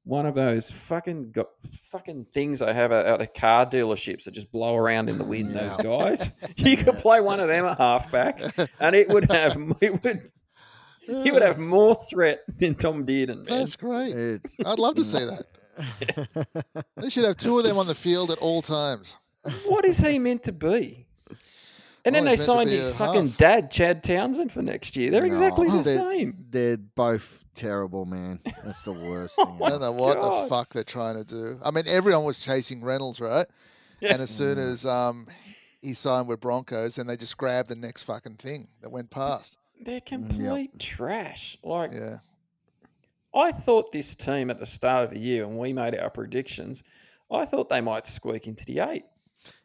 C: one of those fucking go- fucking things they have out at car dealerships that just blow around in the wind. Those guys, you could play one of them at halfback, and it would have it would he would have more threat than Tom Dearden. Man.
A: That's great.
B: It's-
A: I'd love to see that. They should have two of them on the field at all times.
C: What is he meant to be? And then
A: Oh,
C: they
A: he's meant to
C: signed
A: be
C: his
A: a
C: fucking
A: half.
C: dad, Chad Townsend, for next year. They're
B: No,
C: exactly the
B: they're-
C: same.
B: They're both terrible, man. That's the worst thing.
A: I
B: ever.
A: don't know what the
C: God.
A: fuck they're trying to do. I mean, everyone was chasing Reynolds, right?
C: Yeah.
A: And as soon as um, he signed with Broncos, and they just grabbed the next fucking thing that went past.
C: They're complete trash. Like
A: Yeah.
C: I thought this team at the start of the year, when we made our predictions, I thought they might squeak into the eight.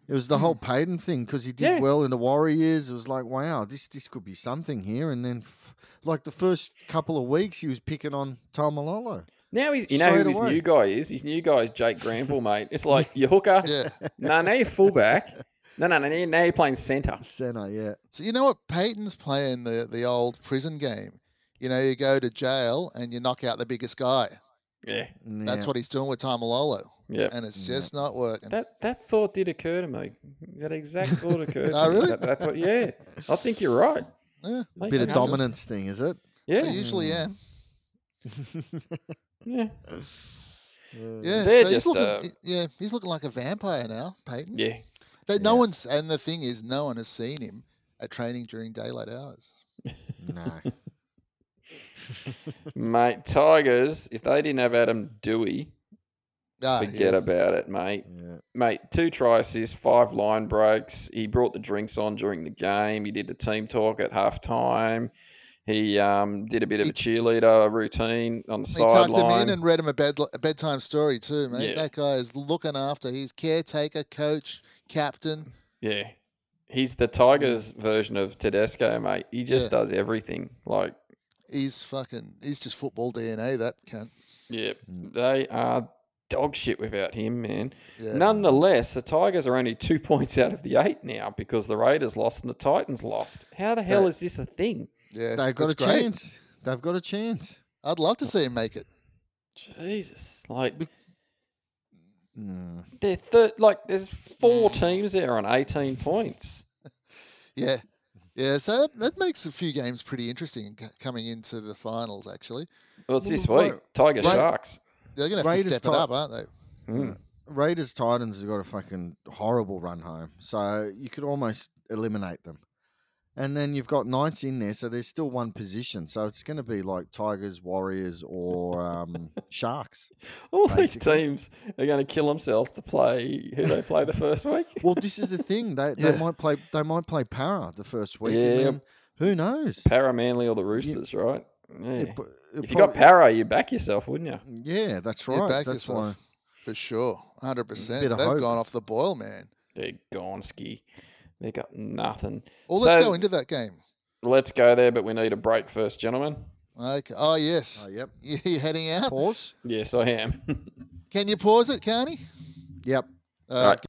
B: It was the whole Payton thing because he did
C: Yeah.
B: well in the Warriors. It was like, wow, this this could be something here. And then, f- like the first couple of weeks, he was picking on Tamalolo.
C: Now he's you know who
B: Straight
C: his
B: away.
C: new guy is. His new guy is Jake Granville, mate. It's like your hooker.
A: Yeah.
C: No, now you're fullback. No, no, no. now- Now you're playing centre.
B: Center, yeah,
A: So you know what? Peyton's playing the, the old prison game. You know, you go to jail and you knock out the biggest guy.
C: Yeah,
A: That's what he's doing with Tamalolo.
C: yeah.
A: And it's just not working.
C: That that thought did occur to me. That exact thought occurred.
A: Oh,
C: to me.
A: really?
C: That- that's what. Yeah, I think you're right.
A: yeah,
C: I think
B: bit of
C: that makes sense.
B: dominance thing, is it?
A: I
C: Yeah,
A: usually am.
C: yeah,
A: Yeah.
C: They're
A: so
C: just,
A: he's looking,
C: uh,
A: he- yeah, he's looking like a vampire now, Peyton.
C: yeah.
A: That no
B: Yeah.
A: one's and the thing is, no one has seen him at training during daylight hours.
B: no,
C: Mate, Tigers, if they didn't have Adam Dewey,
A: Ah,
C: forget
A: yeah.
C: about it, mate.
B: yeah.
C: Mate, two try assists, five line breaks. He brought the drinks on during the game. He did the team talk at half time. He um, did a bit of
A: He-
C: a cheerleader routine on the
A: He tucked him
C: sideline.
A: in and read him a, bed, a bedtime story too, mate.
C: Yeah.
A: That guy is looking after his caretaker, coach, captain.
C: Yeah. He's the Tigers version of Tedesco, mate. He just does everything. Like,
A: He's fucking. He's just football DNA. That cunt.
C: yeah,
B: Mm.
C: they are dog shit without him, man.
A: Yeah.
C: Nonetheless, the Tigers are only two points out of the eight now because the Raiders lost and the Titans lost. How the hell
A: They-
C: is this a thing?
A: yeah.
B: They've got
A: that's
B: a
A: great.
B: chance. They've got a chance.
A: I'd love to see him make it.
C: Jesus, like
B: Mm.
C: they're third. Like there's four teams there on eighteen points.
A: Yeah. Yeah, so that, that makes a few games pretty interesting c- coming into the finals, actually.
C: Well, it's this
B: Well,
C: week. Tiger
A: right-
C: Sharks.
A: They're going to have to
B: Raiders
A: step it
B: top-
A: up, aren't they?
C: Mm.
B: Raiders Titans have got a fucking horrible run home, so you could almost eliminate them. And then you've got Knights in there, so there's still one position. So it's going to be like Tigers, Warriors, or um, Sharks.
C: All these
B: Basically.
C: teams are going to kill themselves to play who they play the first week.
B: Well, this is the thing they
A: Yeah.
B: they might play they might play Para the first week.
C: Yeah.
B: And then who knows?
C: Para Manly or the Roosters, right? Yeah.
B: It pro- it
C: if you got
B: probably-
C: Para, you back yourself, wouldn't you?
B: yeah, that's
A: You
B: right.
A: back
B: that's why.
A: yourself. For sure. 100%.
B: Bit
A: They've
B: of hope.
A: gone off the boil, man.
C: They're gone ski. They got nothing.
A: Well, let's
C: So-
A: go into that game.
C: Let's go there, but we need a break first, gentlemen.
A: Okay. Oh, yes.
B: Oh, yep.
A: You're heading out.
B: Pause.
C: Yes, I am.
A: Can you pause it, Carney?
B: Yep.
A: Uh,
C: right.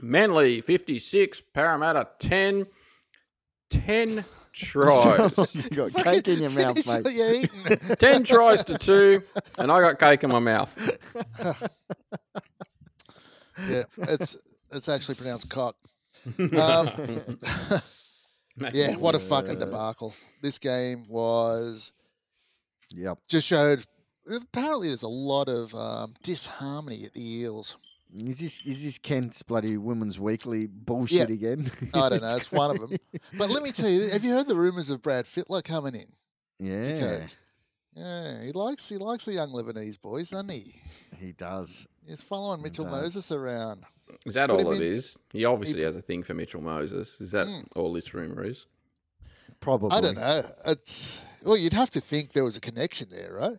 C: Manly 56, Parramatta 10. 10 tries.
B: you
A: fucking
B: got cake in your mouth,
A: finish
B: mate.
A: what you're eating.
C: 10 tries to 2, and I got cake in my mouth.
A: yeah, it's it's actually pronounced cock. Um, yeah, what a fucking debacle. This game was
B: Yep.
A: just showed. Apparently, there's a lot of um, disharmony at the Eels.
B: Is this is this Kent's bloody Women's Weekly bullshit again?
A: I don't know. It's one of them. But let me tell you, have you heard the rumors of Brad Fittler coming in?
B: yeah,
A: coach. Yeah, he likes he likes the young Lebanese boys, doesn't he?
B: he does.
A: He's following Mitchell
B: does.
A: Moses around.
C: Is that
A: What do you
C: all it
A: mean?
C: is? He obviously
A: If-
C: has a thing for Mitchell Moses. Is that
A: Mm.
C: all this rumor is?
B: Probably.
A: I don't know. It's well, you'd have to think there was a connection there, right?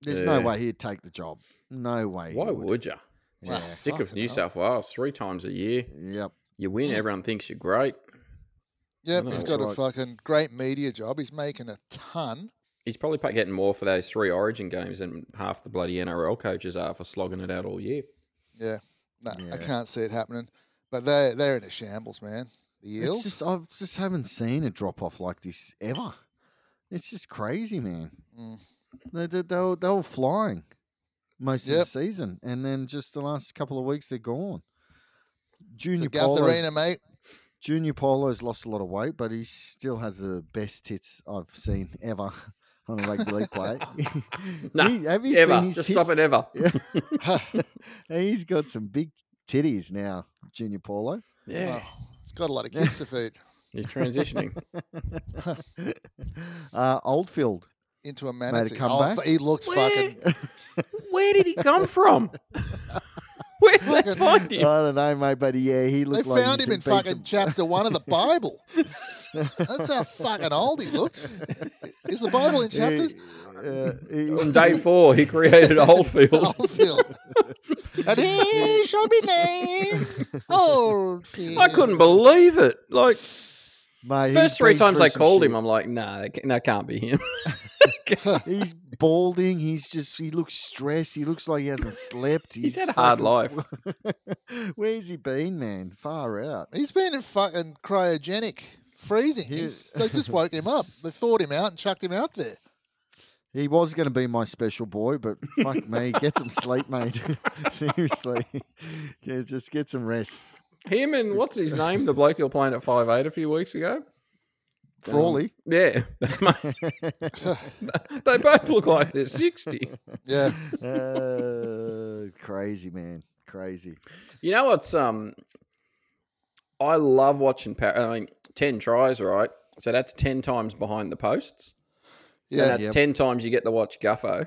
B: There's no
C: Yeah.
B: way he'd take the job. No way. he
C: Why would you?
B: Yeah.
C: Sick of
A: fucking
C: New
A: hell.
C: South Wales three times a year.
B: Yep.
C: You win,
A: Hmm.
C: everyone thinks you're great.
A: Yep,
C: No,
A: he's
C: that's
A: got a
B: right.
A: fucking great media job. He's making a ton.
C: He's probably pa- getting more for those three Origin games than half the bloody NRL coaches are for slogging it out all year.
A: Yeah, no, I
B: Yeah.
A: can't see it happening. But they they're in a shambles, man. The
B: It's
A: Eels.
B: just I just haven't seen a drop off like this ever. It's just crazy, man.
A: Mm.
B: They, they, they, were, they were flying most of the
A: Yep.
B: season, and then just the last couple of weeks they're gone. Junior
A: the Gatharina,
B: Polo's,
A: mate.
B: Junior Polo's lost a lot of weight, but he still has the best tits I've seen ever on a rugby league play.
C: Nah,
B: He- have you
C: ever.
B: seen his
C: Just
B: tits?
C: stop it ever.
B: Yeah. He's got some big titties now, Junior Paulo.
C: Yeah.
A: Oh, he's got a lot of kids to feed
C: He's transitioning.
B: uh, Oldfield.
A: into a manatee. Oh,
B: comeback.
A: f- he looked
C: Where-
A: fucking.
C: Where did he come from? Where did
A: Fucking-
C: they find
B: I
C: him?
B: don't know, mate, but yeah, he
A: They
B: looked like
A: found
B: he's
A: him in
B: been
A: fucking
B: some-
A: chapter one of the Bible. That's how fucking old he looked. Is the Bible in chapters?
B: He- uh, he-
C: On day four, he created
B: Oh,
C: Oldfield.
A: Oldfield. and he shall be named Oldfield.
C: I couldn't believe it. Like
B: mate, he's
C: first three
B: been
C: times
B: through
C: I
B: some
C: called
B: shit.
C: him, I'm like, nah, that ca- that can't be him.
B: He's balding. He's just. He looks stressed. He looks like he hasn't slept.
C: He's had a hard
B: fucking- Where's he been, man? Far out.
A: He's been in fucking cryogenic freezing.
B: He-
A: He's, they just woke him up. They thawed him out and chucked him out there.
B: He was going to be my special boy, but fuck me, get some sleep, mate. Seriously, yeah, just get some rest.
C: him and what's his name? The bloke you were playing at five eight a few weeks ago.
B: Frawley.
C: Yeah, they both look like they're sixty.
A: Yeah.
B: uh, crazy man, crazy.
C: You know what's um, I love watching. Par- I mean, ten tries, right? So that's ten times behind the posts. and
A: Yeah.
C: that's
B: Yep.
C: ten times you get to watch Guffo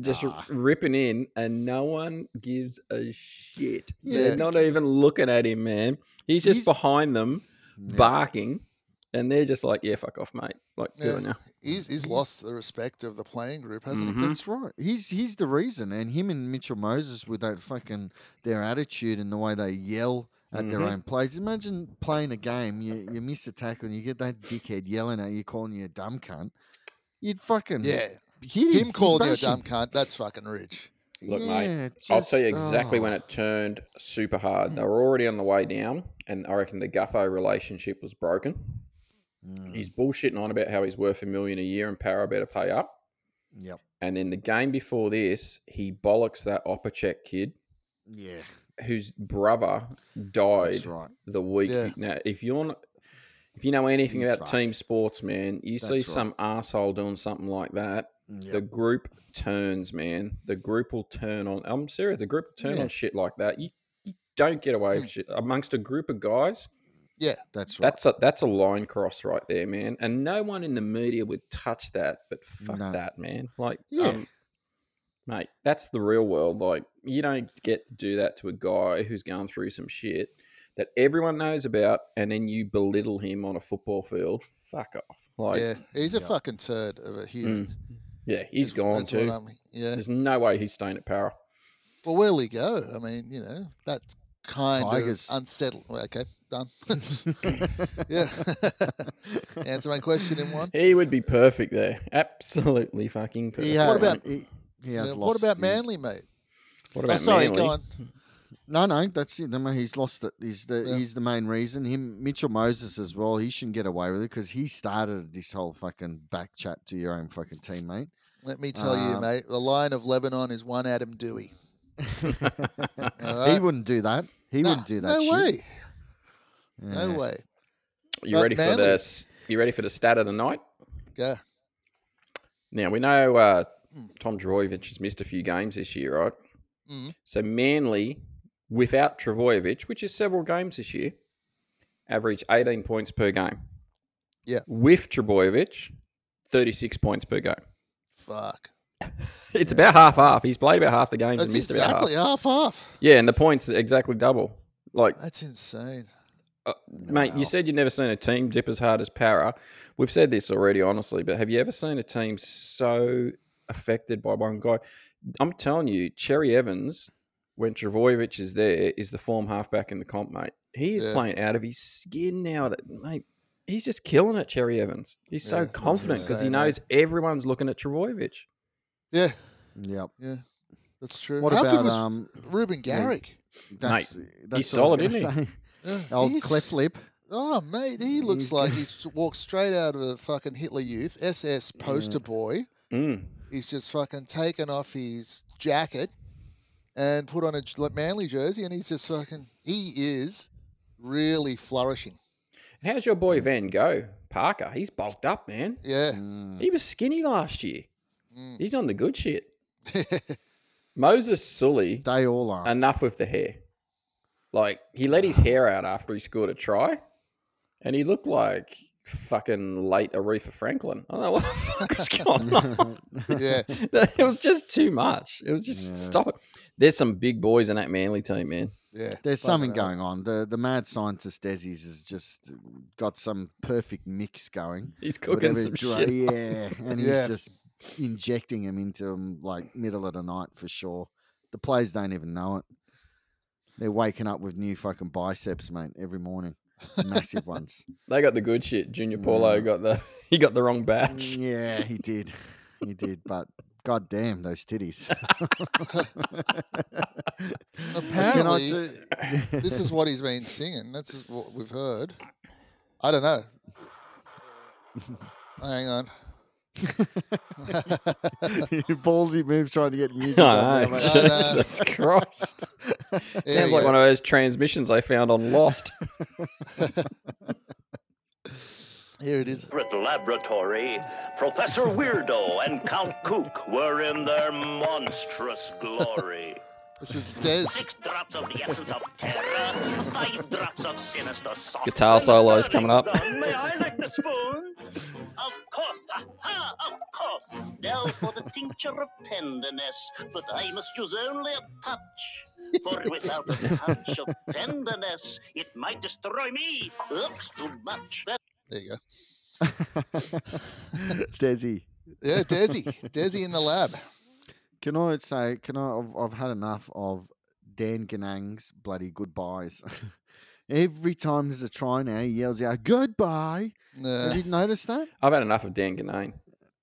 C: just r-
B: Ah.
C: ripping in, and no one gives a shit.
A: Yeah.
C: They're not even looking at him, man. He's just
B: He's-
C: behind them,
B: Yeah.
C: barking, and they're just like, "Yeah, fuck off, mate." Like, do
A: Yeah.
C: it now.
A: He's, he's lost the respect of the playing group, hasn't
C: Mhm.
B: That's right. He's he's the reason, and him and Mitchell Moses with that fucking their attitude and the way they yell at their
C: Mhm.
B: own plays. Imagine playing a game, you, you miss a tackle, and you get that dickhead yelling at you, calling you a dumb cunt. You'd fucking
A: he? Yeah.
B: hit him.
A: Him
B: You
A: calling you a
B: bash
A: dumb
B: him.
A: cunt, that's fucking rich.
C: Look, mate,
B: Yeah,
C: I'll tell you
B: just,
C: exactly when
B: oh. Mm.
C: it turned super hard. They were already on the way down, and I reckon the Guffo relationship was broken.
B: Mm,
C: He's bullshitting on about how he's worth a million a year and Para better pay up.
B: Yep.
C: And then the game before this, he bollocks that Opacek kid
B: Yeah.
C: whose brother died
B: That's right.
C: the week.
A: Yeah.
C: Now, if you're not, if you know anything
B: He's
C: about
B: fucked.
C: team sports, man, you
B: That's
C: see
B: right.
C: some asshole doing something like that, the
B: Yep.
C: group turns, man. The group will turn on. I'm serious. The group will turn
B: Yeah. Hmm.
C: on shit like that. You, you don't get away with shit amongst a group of guys.
B: That's right.
C: That's a that's a line cross right there, man. And no one in the media would touch that. But fuck
B: No.
C: that, man. Like,
B: Yeah.
C: um, mate, that's the real world. Like, you don't get to do that to a guy who's going through some shit that everyone knows about, and then you belittle him on a football field. Fuck off. Like,
A: yeah,
C: yeah,
A: he's a
B: Yeah.
A: fucking turd of a human.
C: Mm.
A: That's-
C: he's gone
A: that's what
C: too.
A: I'm- yeah.
C: There's no way he's staying at Para.
A: Well, where'll he go? I mean, you know, that's kind
B: Tigers.
A: of unsettled. Well, okay, done. yeah. Answer my question in one.
C: He would be perfect there. Absolutely fucking perfect.
B: He had,
A: What about-
B: he, he
A: Yeah,
B: has
A: what
B: lost
A: about
B: his-
A: Manly, mate?
C: what
A: Oh, sorry, go on.
B: No, no, that's it. I mean, he's lost it. He's the
A: Yeah.
B: he's the main reason. Him, Mitchell Moses as well. He shouldn't get away with it because he started this whole fucking back chat to your own fucking teammate.
A: Let me tell you,
B: Um,
A: mate, the line of Lebanon is one Adam Dewey. All
B: He
A: right?
B: wouldn't do that. He
A: Nah,
B: wouldn't do that.
A: No
B: shit.
A: way.
B: Yeah.
A: No way.
C: You
A: But
C: ready for
A: Manly-
C: this? You ready for the stat of the night?
A: Go.
C: Now we know uh,
A: Mm.
C: Tom Drojevic has missed a few games this year, right?
A: Mm.
C: So Manly, without Travojevic, which is several games this year, averaged 18 points per game.
A: Yeah.
C: With Travojevic, 36 points per game.
A: Fuck.
C: It's about half half. He's played about half the games
A: That's
C: and missed about
A: exactly
C: half.
A: half half.
C: Yeah, and the points are exactly double. Like
A: That's insane.
C: Uh, Mate,
B: Wow.
C: you said you've never seen a team dip as hard as Para. We've said this already, honestly, but have you ever seen a team so affected by one guy? I'm telling you, Cherry Evans, when Travojevic is there, is the form halfback in the comp, mate. He is
A: Yeah.
C: playing out of his skin now, that, mate. He's just killing it, Cherry Evans. He's
A: Yeah,
C: so
A: that's
C: confident because he
A: insane, mate.
C: knows everyone's looking at Travojevic.
A: Yeah,
B: Yep.
A: that's true.
B: What
A: How
B: about
A: good was
B: um?
A: Ruben Garrick?
B: That's, that's
C: he's
B: what
C: solid,
B: I was
C: isn't
B: gonna say.
A: Yeah,
B: Old
A: he's-
B: cleft lip.
A: Oh, mate, he looks
B: He's-
A: like he's walked straight out of the fucking Hitler Youth SS poster boy.
C: Mm.
A: He's just fucking taken off his jacket and put on a j- like, manly jersey, and he's just fucking. He is really flourishing.
C: How's your boy Van Gogh, Parker? He's bulked up, man.
A: Yeah,
B: Mm.
C: He was skinny last year.
A: Mm.
C: He's on the good shit. Moses Sully,
B: They all are.
C: enough with the hair. Like he let his hair out after he scored a try, and he looked like fucking late Aretha Franklin. I don't know what the fuck is going on.
A: mm, yeah.
C: it was just too much. It was just
B: Yeah.
C: stop it. There's some big boys in that Manly team, man.
A: Yeah,
B: There's
A: Fucking
C: uh,
B: something
A: hell.
B: going on. The the mad scientist Desi's has just got some perfect mix going.
C: He's cooking
B: Whatever
C: some
B: dra-
C: shit.
B: Yeah, and he's
A: Yeah.
B: just injecting him into him like middle of the night for sure. The players don't even know it. They're waking up with new fucking biceps, mate, every morning. Massive ones.
C: They got the good shit. Junior Paulo got the he got the wrong batch.
B: Mm, Yeah, he did. He did, but god damn those titties. Can I
A: Apparently,
B: ju-
A: this is what he's been singing. That's is what we've heard. I don't know. Hang on.
B: ballsy move trying to get music.
C: I
B: on
C: know,
B: there,
A: I know.
C: Jesus Christ.
A: There
C: Sounds
A: we
C: like
A: go.
C: one of those transmissions I found on Lost.
A: Here it is.
E: secret laboratory, Professor Weirdo and Count Kook were in their monstrous glory.
A: This is Des.
E: Six drops of the essence of terror, five drops of sinister sauce.
C: Guitar solo's coming up.
E: May I lick the spoon? Of course, aha, of course. Now for the tincture of tenderness, but I must use only a touch. For without a touch of tenderness, it might destroy me. Looks too much.
A: There you go.
B: Desi.
A: Yeah, Desi. Desi in the lab.
B: Can I say? Can I? I've, I've had enough of Dan Ganang's bloody goodbyes. Every time there's a try now, he yells out "Goodbye."
A: Nah.
C: Uh,
B: Have you noticed that?
C: I've had enough of Dan Ganane.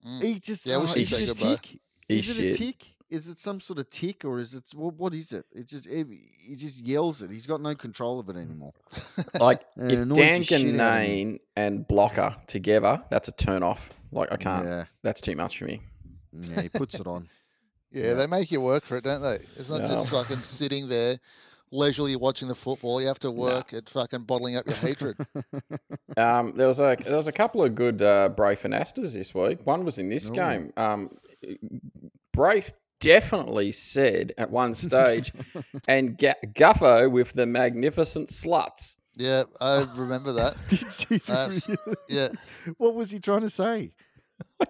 A: Mm.
B: He just
A: Yeah, we
B: oh,
A: should
B: is
A: say
B: it a
A: goodbye.
B: tick?
C: He's
B: Is it a
C: shit.
B: tick? Is it some sort of tick, or is it what? What is it? It just it, he just yells it. He's got no control
C: Mm,
B: of it anymore.
C: Like
B: And it
C: if
B: annoys
C: Dan
B: the shit out of me.
C: Ganane and Blocker together, that's a turn off. Like I can't.
B: Yeah,
C: That's too much for me.
B: yeah, he puts it on.
A: Yeah,
B: Yeah.
A: they make you work for it, don't they? It's not just
C: No.
A: fucking sitting there leisurely watching the football. You have to work at fucking bottling up your hatred.
C: Um, there was a there was a couple of good uh, Braith and Astors this week. One was in this
B: Ooh.
C: game. Um, Braith definitely said at one stage, and Ga- Guffo with the magnificent sluts.
A: Yeah, I remember that.
B: Did you
A: Abs-
B: really?
A: Yeah,
B: Uh, What was he trying to say?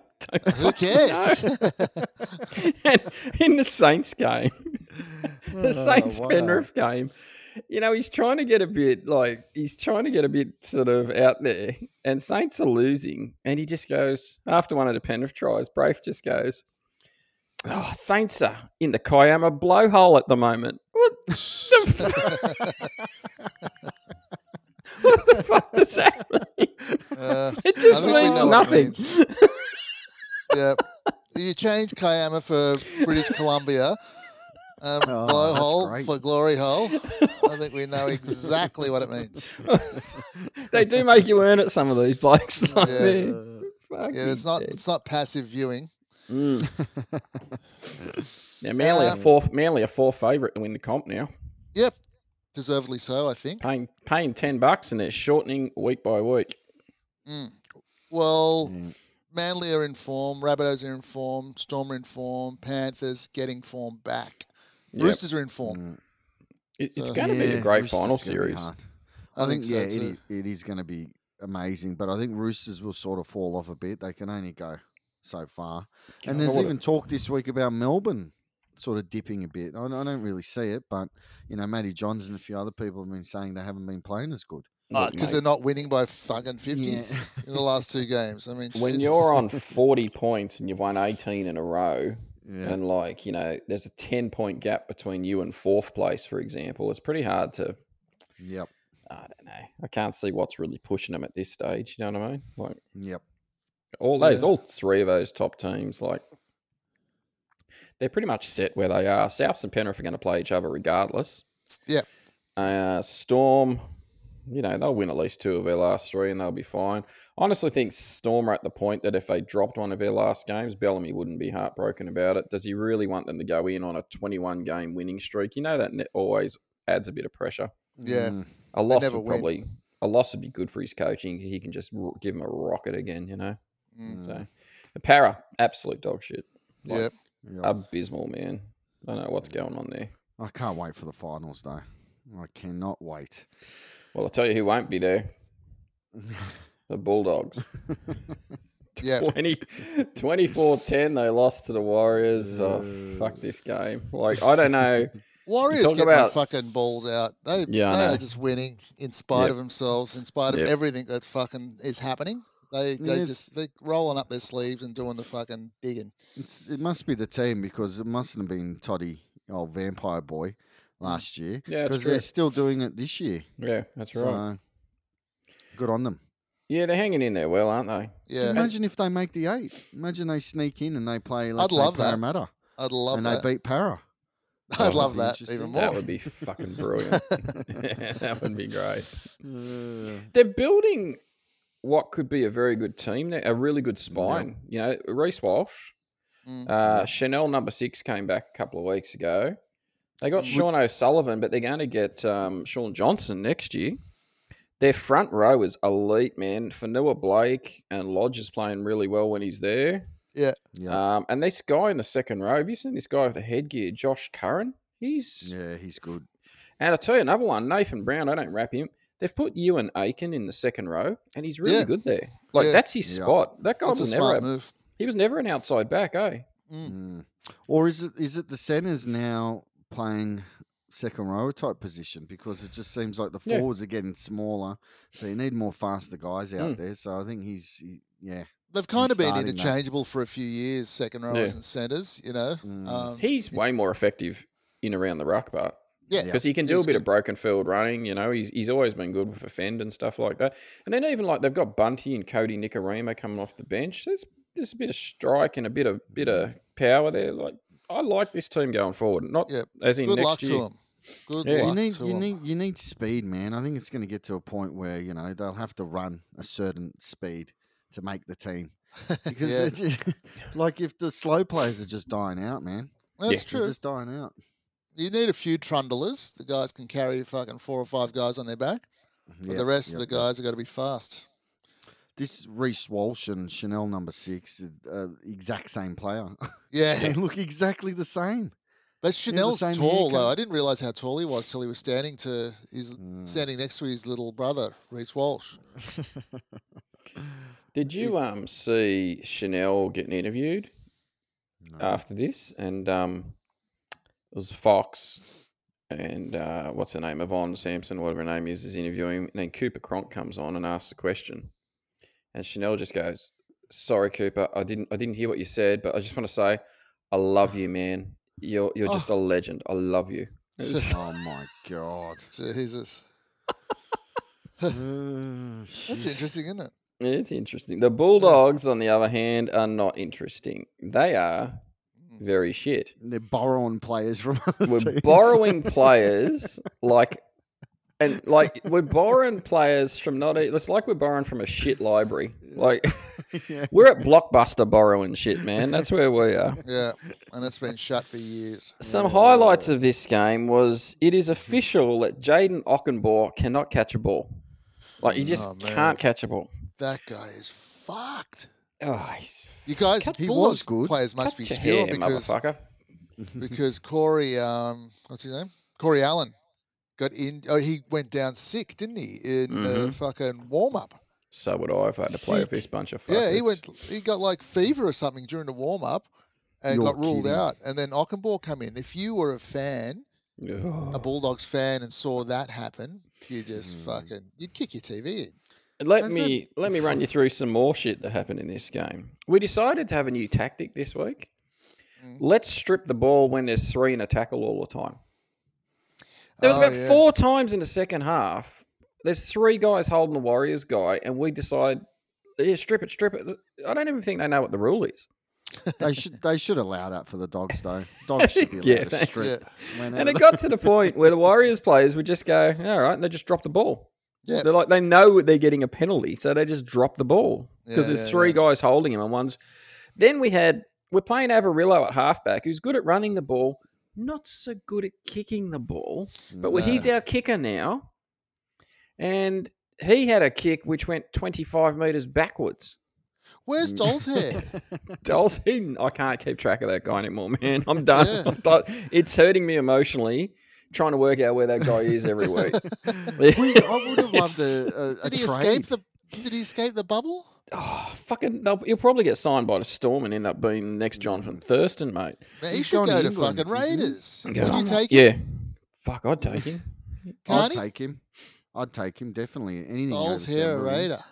A: who cares?
C: and in the Saints game, the Saints
B: Oh, wow.
C: Penrith game, you know, he's trying to get a bit like he's trying to get a bit sort of out there, and Saints are losing, and he just goes after one of the Penrith tries. Braith just goes, "Oh, Saints are in the Kiama blowhole at the moment." What the, f- what the fuck does that mean?
A: Uh,
C: It just
A: think we
C: means
A: know what it
C: nothing.
A: means. yeah, you change Kayama for British Columbia, um,
B: Oh, that's
A: blowhole
B: great.
A: for glory hole. I think we know exactly what it means.
C: they do make you earn it. Some of these blokes, like,
A: Yeah.
C: they're
B: Uh,
A: Yeah, it's
C: fucking
A: not
C: dead.
A: it's not passive viewing.
C: Mm. Now Manly are
A: Um,
C: four. Manly are four favourite to win the comp now.
A: Yep, deservedly so, I think.
C: Paying paying ten bucks and they're shortening week by week.
A: Mm. Well,
C: Mm,
B: Yeah.
A: Manly are in form, Rabbitohs are in form, Storm are in form, Panthers getting form back,
C: Yep.
A: Roosters are in form.
B: Mm.
C: It, it's
A: So-
C: going to be
B: Yeah,
C: a great
B: Roosters
C: final
B: gonna be
C: series.
B: hard.
C: Mm.
A: I, think, so.
B: yeah,
A: too. Uh,
B: it, i- it is going to be amazing, but I think Roosters will sort of fall off a bit. They can only go so far, and there's
C: Well,
B: even talk this week about Melbourne sort of dipping a bit. I, I don't really see it, but you know, Matty Johns and a few other people have been saying they haven't been playing as good.
C: look,
A: because they're
C: mate,
A: not winning by fucking 50
B: Yeah.
A: in the last two games. I mean,
C: when
A: Jesus.
C: you're on forty points and you've won eighteen in a row,
B: yeah.
C: and like you know, there's a ten point gap between you and fourth place, for example. It's pretty hard to.
B: Yep.
C: I don't know. I can't see what's really pushing them at this stage. You know what I mean? Like
B: Yep.
C: all those,
A: Yeah.
C: all three of those top teams, like they're pretty much set where they are. Souths and Penrith are going to play each other regardless.
A: Yep.
C: Uh, Storm, you know, they'll win at least two of their last three and they'll be fine. I honestly think Storm are at the point that if they dropped one of their last games, Bellamy wouldn't be heartbroken about it. Does he really want them to go in on a 21 game winning streak? You know, that ne- always adds a bit of pressure.
A: Yeah.
B: Mm.
C: A loss
A: never
C: would
A: win.
C: probably. A loss would be good for his coaching. He can just r- give him a rocket again, you know.
A: Mm.
C: So the para, absolute dog shit. Like,
A: Yep.
B: Yep.
C: Abysmal, man. I don't know what's going on there.
B: I can't wait for the finals though. I cannot wait.
C: Well, I'll tell you who won't be there. The Bulldogs.
A: Yeah.
C: 20, 24-10, they lost to the Warriors. Oh, fuck this game. Like, I don't know.
A: Warriors
C: talk
A: get
C: about-
A: their fucking balls out. They,
C: Yeah, I
A: they
C: know.
A: are just winning in spite
C: Yep.
A: of themselves, in spite of
C: Yep.
A: everything that fucking is happening. They they
B: Yes.
A: just they rolling up their sleeves and doing the fucking digging.
B: It's, it must be the team because it mustn't have been Toddy, old vampire boy,
A: Mm.
B: last year.
C: Yeah, it's
B: because they're
C: true.
B: still doing it this year.
C: Yeah, that's right.
B: So good on them.
C: yeah, they're hanging in there well, aren't they?
A: Yeah,
B: Imagine if they make the eight. Imagine they sneak in and they play. Let's
A: I'd
B: say,
A: love that.
B: Parramatta,
C: Mm-hmm.
A: I'd love
B: and
A: that.
B: they beat Para.
A: I'd
B: be
A: love that
B: interesting.
A: even
C: That
A: more.
C: would be fucking brilliant. that would be great.
B: Uh,
C: They're building what could be a very good team, there, a really good spine. You know, Reese Walsh,
A: Mm.
C: Uh, Chanel number six came back a couple of weeks ago. They
A: Mm.
C: got Sean O'Sullivan, but they're going to get um, Sean Johnson next year. Their front row is elite, man. Fanua Blake and Lodge is playing really well when he's there.
B: yeah,
C: Um, and this guy in the second row, have you seen this guy with the headgear, Josh Curran? He's
B: yeah, he's good.
C: and I'll tell you another one, Nathan Brown. I don't wrap him. They've put Ewan Aiken in the second row, and he's really
A: Yeah.
C: good there. Like
A: Yeah.
C: that's his
B: Yeah.
C: spot. That guy
A: That's a
C: was never.
A: smart
C: A,
A: move.
C: he was never an outside back, eh?
A: Mm.
B: Mm. Or is it is it the centers now playing second row type position because it just seems like the
C: Yeah.
B: forwards are getting smaller, so you need more faster guys out
C: Mm.
B: there. So I think he's he, yeah.
A: They've kind of been
B: starting that.
A: interchangeable for a few years, second rowers
C: Yeah.
A: and centres. You know,
B: Mm.
A: um,
C: He's way more effective in around the ruck part.
A: yeah,
B: Yeah.
C: because he can do
A: He's
C: a bit of broken field running. You know, he's he's always been good with a fend and stuff like that. And then even like they've got Bunty and Cody Nicarima coming off the bench. There's just a bit of strike and a bit of bit of power there. Like I like this team going forward. Not
A: Yep.
C: as in
A: Good
C: next
A: luck
C: year.
A: to him. Good
C: Yeah.
A: luck
B: you need
A: to
B: you
A: him.
B: need you need speed, man. I think it's going to get to a point where you know they'll have to run a certain speed to make the team because
A: Yeah.
B: they're ju- like if the slow players are just dying out, man,
A: That's
C: Yeah.
B: they're
A: true.
B: just dying out.
A: You need a few trundlers. The guys can carry fucking four or five guys on their back, but the
B: Yep,
A: rest of
B: yep.
A: the guys have got to be fast.
B: This Reese Walsh and Chanel number six, uh, exact same player.
A: Yeah,
B: they look exactly the same.
A: but Chanel's
B: same
A: tall though.
B: haircut.
A: I didn't realize how tall he was till he was standing to his
B: Mm.
A: standing next to his little brother Reese Walsh.
C: Did you um see Chanel getting interviewed
B: No.
C: uh, after this? And um, it was Fox and uh, what's her name, Yvonne Sampson, whatever her name is, is interviewing. And then Cooper Cronk comes on and asks a question, and Chanel just goes, "Sorry, Cooper, I didn't I didn't hear what you said, but I just want to say, I love you, man. You're you're just a legend. I love you." It was-
B: oh my god,
A: Jesus,
B: Uh,
A: that's
B: shit.
A: interesting, isn't it?
C: It's interesting. The Bulldogs, on the other hand, are not interesting. They are very shit.
B: They're borrowing players from other
C: We're
B: teams.
C: borrowing players like, and like we're borrowing players from not. A, it's like we're borrowing from a shit library. Like
B: Yeah.
C: we're at Blockbuster borrowing shit, man. That's where we are.
A: Yeah, and it's been shut for years.
C: Some highlights of this game was it is official that Jaden Ockenbaugh cannot catch a ball. Like he just
A: Oh, man.
C: can't catch a ball.
A: That guy is fucked.
C: Oh, he's
A: You guys,
B: He
A: Bulldogs
B: was good.
A: players must
C: cut
A: be
C: your
A: skilled
C: hair,
A: because
C: motherfucker.
A: because Corey, um, what's his name? Corey Allen got in. Oh, he went down sick, didn't he? In the
B: Mm-hmm.
C: Mhm.
A: fucking warm up.
C: So would I if I had to play
A: Sick.
C: with this bunch of fuckers.
A: Yeah, he went. He got like fever or something during the warm up, and
B: You're
A: got ruled
B: kidding.
A: out. And then Ockenbaugh come in. If you were a fan,
C: Ugh.
A: a Bulldogs fan, and saw that happen, you just
B: Mm-hmm.
A: fucking you'd kick your TV in.
C: Let
B: That's
C: me let me run you through some more shit that happened in this game. We decided to have a new tactic this week.
A: Mm.
C: Let's strip the ball when there's three in a tackle all the time. There was
A: Oh,
C: about
A: yeah.
C: four times in the second half. There's three guys holding the Warriors guy, and we decide, yeah, strip it, strip it. I don't even think they know what the rule is.
B: they should they should allow that for the dogs though. Dogs should be allowed
C: Yeah,
B: to
C: thanks.
B: strip.
C: And
B: whenever
C: it got to the point where the Warriors players would just go, all right, and they just drop the ball.
A: Yeah.
C: They're like, they know they're getting a penalty, so they just drop the ball because
A: Yeah,
C: there's
A: yeah,
C: three
A: yeah.
C: guys holding him and one's. Then we had, we're playing Avarillo at halfback, who's good at running the ball, not so good at kicking the ball, but well,
A: No.
C: he's our kicker now. And he had a kick which went 25 metres backwards.
B: Mm.
A: Where's Dolt here?
C: Dolls, I can't keep track of that guy anymore, man. I'm done.
A: Yeah.
C: I'm done. It's hurting me emotionally trying to work out where that guy is every week.
B: We- I would have loved a, a, a
A: Did he
B: trade.
A: escape the? Did he escape the bubble?
C: Oh, fucking, they'll, he'll probably get signed by the Storm and end up being the next Jonathan Thurston, mate.
A: Man, he
B: He's
A: should
B: going
A: go
B: to
A: to
B: England,
A: fucking
B: isn't he?
A: Raiders.
C: I'm
A: Would
C: going,
A: you take him?
C: Yeah. Fuck, I'd take him.
B: I'd
A: Carney?
B: take him. I'd take him definitely. Anything.
A: Doll's
B: over
A: here, a
B: Sam Williams.
A: Raider.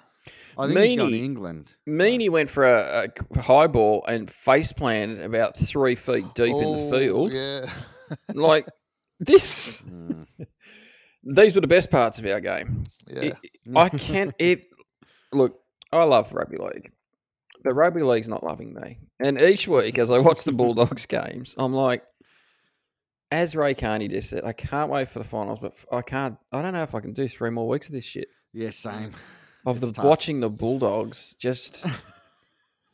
B: I think he's going to
C: Meanie.
B: England.
C: Meany went for a, a high ball and face planted about three feet deep in the
A: Oh,
C: field.
A: Yeah,
C: Like, this.
B: Mm.
C: These were the best parts of our game.
A: yeah.
C: I can't. It look. I love rugby league, but rugby league's not loving me. And each week, as I watch the Bulldogs games, I'm like, as Ray Carney just said, I can't wait for the finals, but I can't. I don't know if I can do three more weeks of this shit
B: Yeah, same.
C: of the
B: It's tough.
C: watching the Bulldogs. Just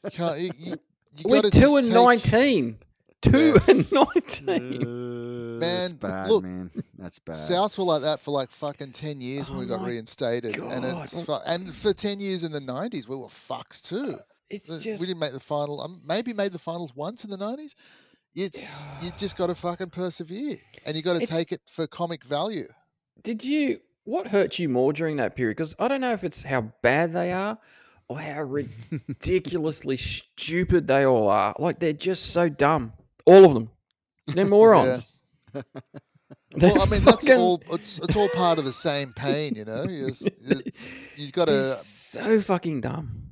A: You can't. You, you, you
C: we're
A: gotta
C: two
A: just
C: and
A: take-
C: nineteen. Two and nineteen.
B: That's
A: Man,
B: bad,
A: look,
B: man. That's bad.
A: Souths were like that for like fucking ten years when we
C: Oh
A: got
C: my
A: reinstated, and
C: God.
A: it's fu- and for ten years in the nineties we were fucked too. The-
C: Uh, It's
A: we
C: just
A: didn't make the final. Um, maybe made the finals once in the nineties. It's you just got to fucking persevere, and you got to
C: It's-
A: take it for comic value.
C: Did you? What hurt you more during that period? Because I don't know if it's how bad they are or how ridiculously stupid they all are. Like they're just so dumb, all of them. They're morons. They're
A: Well, I mean that's
C: fucking-
A: all. It's it's all part of the same pain, you know. You just- it's- you got
C: They're
A: to
C: so fucking dumb.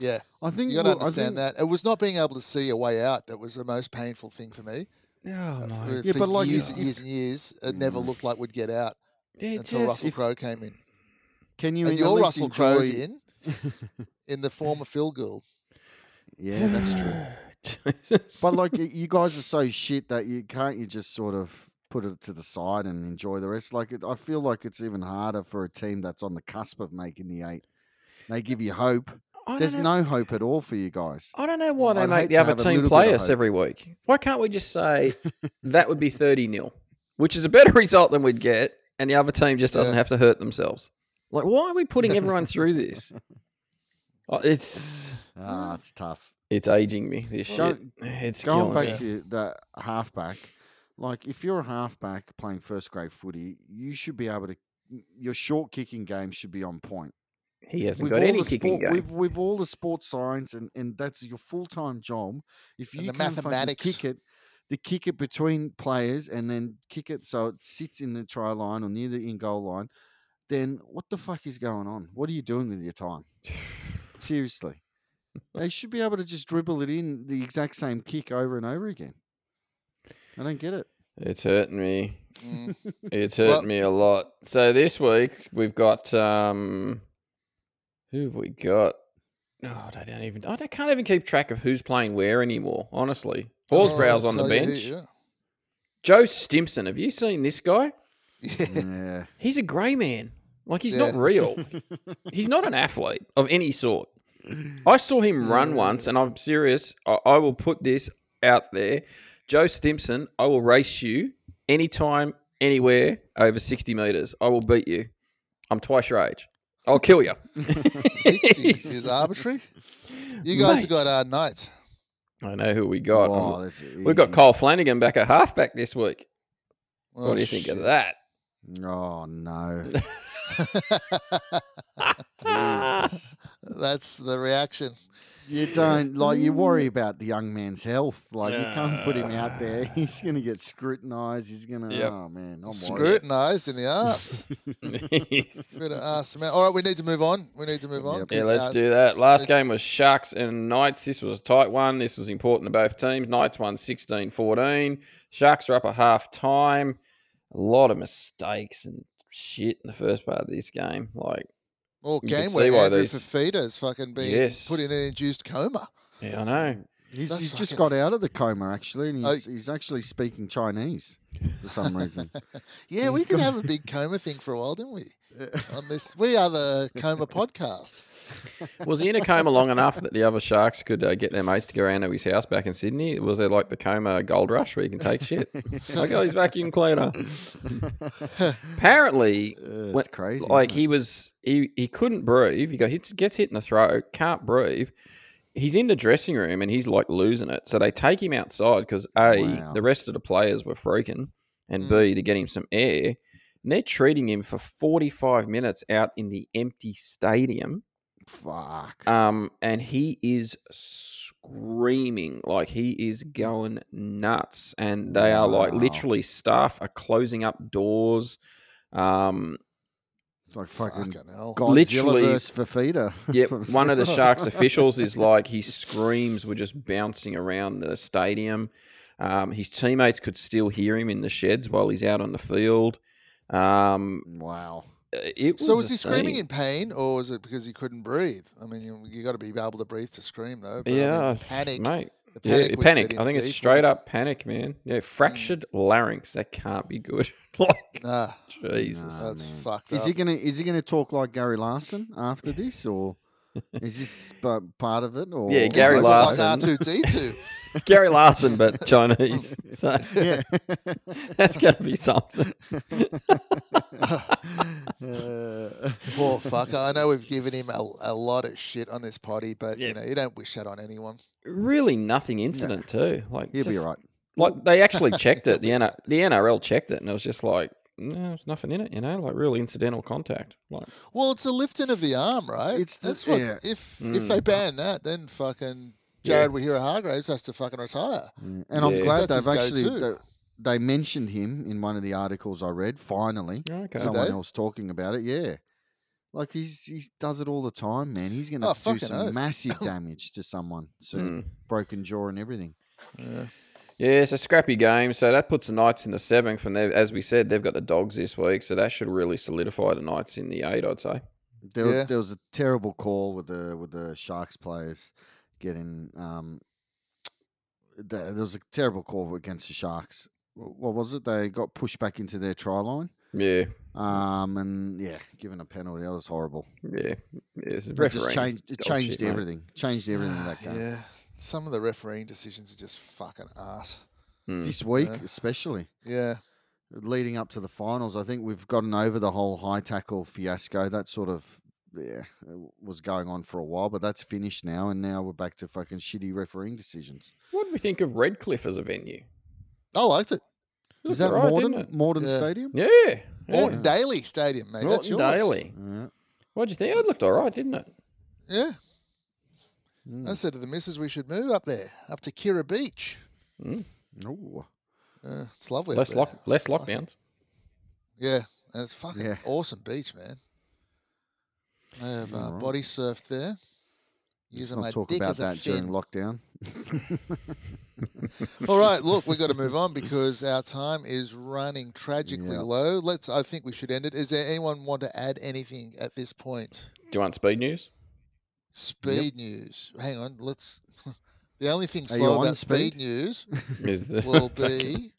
A: yeah.
B: I think
A: You got to
B: look, I
A: understand
B: think-
A: that it was not being able to see a way out that was the most painful thing for me.
C: Oh
A: Uh,
C: my!
A: for
B: but like,
A: years
B: if- Mm.
A: and years and years, it never looked like we'd get out
C: They're
A: until
C: just-
A: Russell
B: if-
A: Crowe came in.
B: Can you
A: and
B: at
A: your
B: least
A: Russell
B: enjoy-
A: Crowe's in, in the form of Phil Gould.
B: Yeah, that's true.
C: Jesus.
B: But like, y- you guys are so shit that you can't you just sort of put it to the side and enjoy the rest. Like, it, I feel like it's even harder for a team that's on the cusp of making the eight. They give you hope.
C: I don't
B: There's
C: know-
B: no hope at all for you guys.
C: I don't know why they
B: I'd hate
C: make the
B: to
C: other
B: have a
C: team
B: little
C: play
B: bit of
C: us
B: hope.
C: every week. Why can't we just say that would be 30 nil, which is a better result than we'd get, and the other team just doesn't
A: Yeah.
C: have to hurt themselves? Like, why are we putting everyone through this? Oh, it's
B: Ah, it's tough.
C: it's aging me. This
B: Go-
C: shit. It's
B: Going
C: killing me.
B: back to the halfback, like if you're a halfback playing first grade footy, you should be able to. Your short kicking game should be on point.
C: He hasn't got any kicking
B: sport,
C: game.
B: We've, we've all the sports science, and, and that's your full time job. If
A: And
B: you
A: the
B: can fucking
A: mathematics.
B: kick it, to kick it between players and then kick it so it sits in the try line or near the in goal line, then what the fuck is going on? What are you doing with your time? Seriously, they should be able to just dribble it in the exact same kick over and over again. I don't get it.
C: It's hurting me.
A: Mm.
C: It's hurting
A: Well-
C: me a lot. So this week we've got um who have we got? Oh, I don't even I don't- can't even keep track of who's playing where anymore, honestly. Horsbrow's
A: Oh,
C: on the
A: I'll tell you
C: bench.
A: who-
C: Joe Stimpson, have you seen this guy?
A: yeah. Yeah.
B: Yeah,
C: He's a grey man. Like he's not
A: Yeah.
C: real. he's not an athlete of any sort. I saw him run once, and I'm serious. I, I will put this out there. Joe Stimpson, I will race you anytime, anywhere over 60 meters. I will beat you. I'm twice your age. I'll kill you.
A: 60 is arbitrary. You guys have got Oh, uh, Knight.
C: I know who we got.
B: Wow, Oh, that's
C: We've got
B: easy.
C: Kyle Flanagan back at halfback this week.
A: Oh,
C: what do you think of
A: shit.
C: that?
B: Oh no! Jesus.
A: That's the reaction.
B: You don't like you worry
C: Mm.
B: about the young man's health. Like you can't put him out there.
C: Nah.
B: He's gonna get scrutinized. He's gonna
C: Yep.
B: oh man, I'm worried.
A: Scrutinized in the ass. Bit of ass amount. All right, we need to move on. We need to move on.
B: Yep.
C: Yeah,
A: 'cause,
C: let's
A: uh,
C: do that. Last game was Sharks and Knights. This was a tight one. This was important to both teams. Knights won 16 14. Sharks are up at half time. A lot of mistakes and shit in the first part of this game. Like,
A: Or
C: you can
A: game
C: see
A: where
C: why
A: Andrew
C: these-
A: Fafita's fucking being
C: Yes.
A: put in an induced coma.
C: yeah, I know.
B: He's,
A: That's
B: he's just
A: fucking-
B: got out of the coma actually, and
A: Oh.
B: he's, he's actually speaking Chinese for some reason.
A: Yeah, we did have a big coma thing for a while, didn't we? On this, we are the coma podcast.
C: Was he in a coma long enough that the other Sharks could uh, get their mates to go around to his house back in Sydney? Was there like the coma gold rush where you can take shit? I got his vacuum cleaner. Apparently,
B: Uh,
C: When-
B: it's crazy.
C: like
B: isn't it?
C: he was he he couldn't breathe he got hit, gets hit in the throat can't breathe he's in the dressing room and he's like losing it so they take him outside because a
B: Wow.
C: the rest of the players were freaking and
A: Mm.
C: b to get him some air and they're treating him for 45 minutes out in the empty stadium
B: fuck.
C: um and he is screaming like he is going nuts and they are like
B: Wow.
C: literally staff are closing up doors um
B: It's like fucking
A: hell.
B: Godzilla
C: Literally-
B: versus Fafita.
C: Yep, one of the Sharks officials is like his screams were just bouncing around the stadium. Um, his teammates could still hear him in the sheds while he's out on the field. Um,
B: Wow.
C: it was
A: So was
C: a
A: he screaming
C: scene.
A: in pain, or was it because he couldn't breathe? I mean, you, you got to be able to breathe to scream, though. but I mean,
C: Yeah,
A: the panic.
C: mate.
A: the
C: Yeah,
A: was
C: panic.
A: set
C: I
A: in Mm.
C: think it's
A: deep,
C: straight
A: wasn't
C: up panic, man. Yeah, fractured larynx. That can't be good. like,
A: it? Nah,
C: Jesus.
B: Nah,
A: that's
B: man.
A: fucked
B: Is
A: up.
B: he gonna is he gonna talk like Gary Larson after this, or is this p- part of it? Or
C: Yeah,
B: is
C: Gary
B: it-
A: He's
C: Larson.
A: Like R two D two.
C: Gary Larson, but Chinese. So
B: Yeah.
C: that's going to be something.
B: Uh,
A: Poor fucker. I know we've given him a, a lot of shit on this potty, but
C: Yeah.
A: you know you don't wish that on anyone.
C: Really nothing incident, too. Like,
B: He'll be
C: just-
B: all right.
C: Like they actually checked it. The N- the NRL checked it, and it was just like, no, there's nothing in it. You know, like real incidental contact. Like,
A: Well, it's a lifting of the arm, right?
B: It's the-
A: that's what.
B: yeah.
A: If if
C: Mm.
A: they ban that, then fucking
C: Yeah.
A: Jared Wahira Hargraves has to fucking retire.
B: And
C: Yeah.
B: I'm
A: That's
B: glad they've
A: his
B: actually
A: go-to.
B: they- they mentioned him in one of the articles I read. Finally,
C: okay,
A: So-
B: someone
A: they?
B: else talking about it. Yeah, like he's he does it all the time, man. He's gonna
A: Oh,
B: do
A: fucking
B: some
A: oath.
B: massive damage to someone soon,
C: Hmm.
B: broken jaw and everything.
A: Yeah.
C: yeah, it's a scrappy game. So that puts the Knights in the seventh, and they've, as we said, they've got the Dogs this week. So that should really solidify the Knights in the eight. I'd say.
B: There,
A: Yeah.
B: there was a terrible call with the with the Sharks players. getting um, th- there was a terrible call against the Sharks. Wh- What was it? They got pushed back into their try line,
C: Yeah,
B: um, and yeah, given a penalty. That was horrible.
C: yeah. yeah so
B: It just
C: refereeing's
B: changed. It
C: dog
B: changed
C: shit, mate.
B: everything. Changed everything in that game.
A: Yeah, some of the refereeing decisions are just fucking ass.
C: Mm.
B: This week,
A: Yeah.
B: especially.
A: Yeah,
B: leading up to the finals, I think we've gotten over the whole high tackle fiasco. That sort of yeah it was going on for a while, but that's finished now, and now we're back to fucking shitty refereeing decisions.
C: What do we think of Redcliffe as a venue?
A: I liked it.
C: It
B: Is
C: was
B: that
C: alright,
B: Morden?
C: didn't
B: Morden
A: Yeah.
B: Stadium?
C: it? Yeah. yeah.
A: Morton Daly Stadium, mate. That's
C: Morton
A: yours.
C: Daly.
B: Yeah.
C: What'd you think? It looked all right, didn't it?
A: Yeah,
B: Mm.
A: I said to the missus, we should move up there, up to Kira Beach.
B: Ooh.
A: Uh, it's lovely.
C: Less
A: up there.
C: lock, less lockdowns.
A: Yeah, and it's fucking
B: Yeah.
A: awesome beach, man. They have uh,
B: right.
A: body surfed there.
B: Let's
A: Using my
B: not talk
A: dick
B: about
A: as a
B: that during
A: fin.
B: lockdown.
A: All right, look, we've got to move on because our time is running tragically
B: Yeah.
A: low. Let's. I think we should end it. Is there anyone want to add anything at this point?
C: Do you want speed news?
A: Speed news. Hang on. Let's. The only thing
B: Are you
A: slow
B: on
A: about speed
B: speed?
A: news
C: Is the
A: will be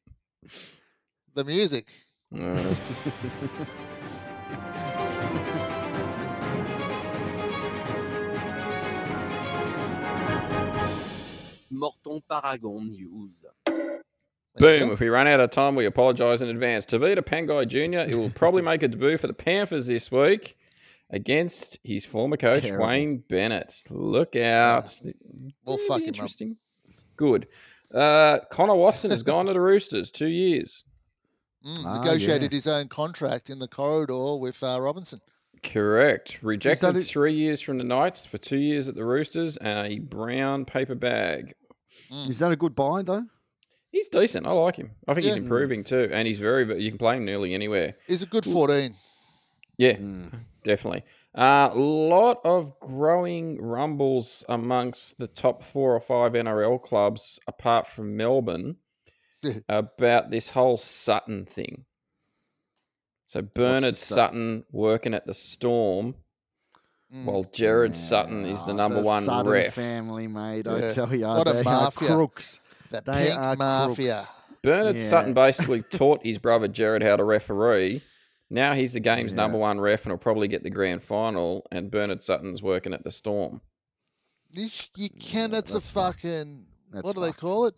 A: the music.
C: Uh,
F: Morton Paragon News.
A: There you
C: Boom.
A: go.
C: If we run out of time, we apologise in advance. Tavita Pangai Jr., who will probably make a debut for the Panthers this week against his former coach,
B: Terrible.
C: Wayne Bennett. Look out.
A: Ah, We'll
C: Really
A: fuck him up.
C: interesting. Good. Uh, Connor Watson has gone to the Roosters, two years.
A: Mm,
B: Ah,
A: negotiated
B: yeah.
A: his own contract in the corridor with uh, Robinson.
C: Correct. Rejected
B: it?
C: three years from the Knights for two years at the Roosters and a brown paper bag.
A: Mm.
B: Is that a good buy though?
C: He's decent. I like him. I think he's
A: Yeah.
C: improving too, and he's very. But you can play him nearly anywhere.
A: He's a good 14.
C: Yeah,
B: Mm.
C: definitely. A uh, lot of growing rumbles amongst the top four or five NRL clubs, apart from Melbourne, about this whole Sutton thing. So Bernard
B: Sutton?
C: Sutton working at the Storm,
A: Mm.
C: while Jared
B: Yeah,
C: Sutton is the
B: oh,
C: number
B: the
C: one
B: Sutton
C: ref.
B: family, mate. I
A: Yeah.
B: tell you,
A: What a
B: they
A: mafia.
B: are crooks.
A: the
B: They
A: pink
B: are
A: mafia.
B: crooks.
C: Bernard
B: Yeah.
C: Sutton basically taught his brother Jared how to referee. Now he's the game's
B: Yeah.
C: number one ref and will probably get the grand final. And Bernard Sutton's working at the Storm.
A: You, sh- you can.
B: Yeah,
A: that's,
B: that's
A: a
B: fucked.
A: fucking.
B: That's
A: what do they
B: fucked.
A: call it?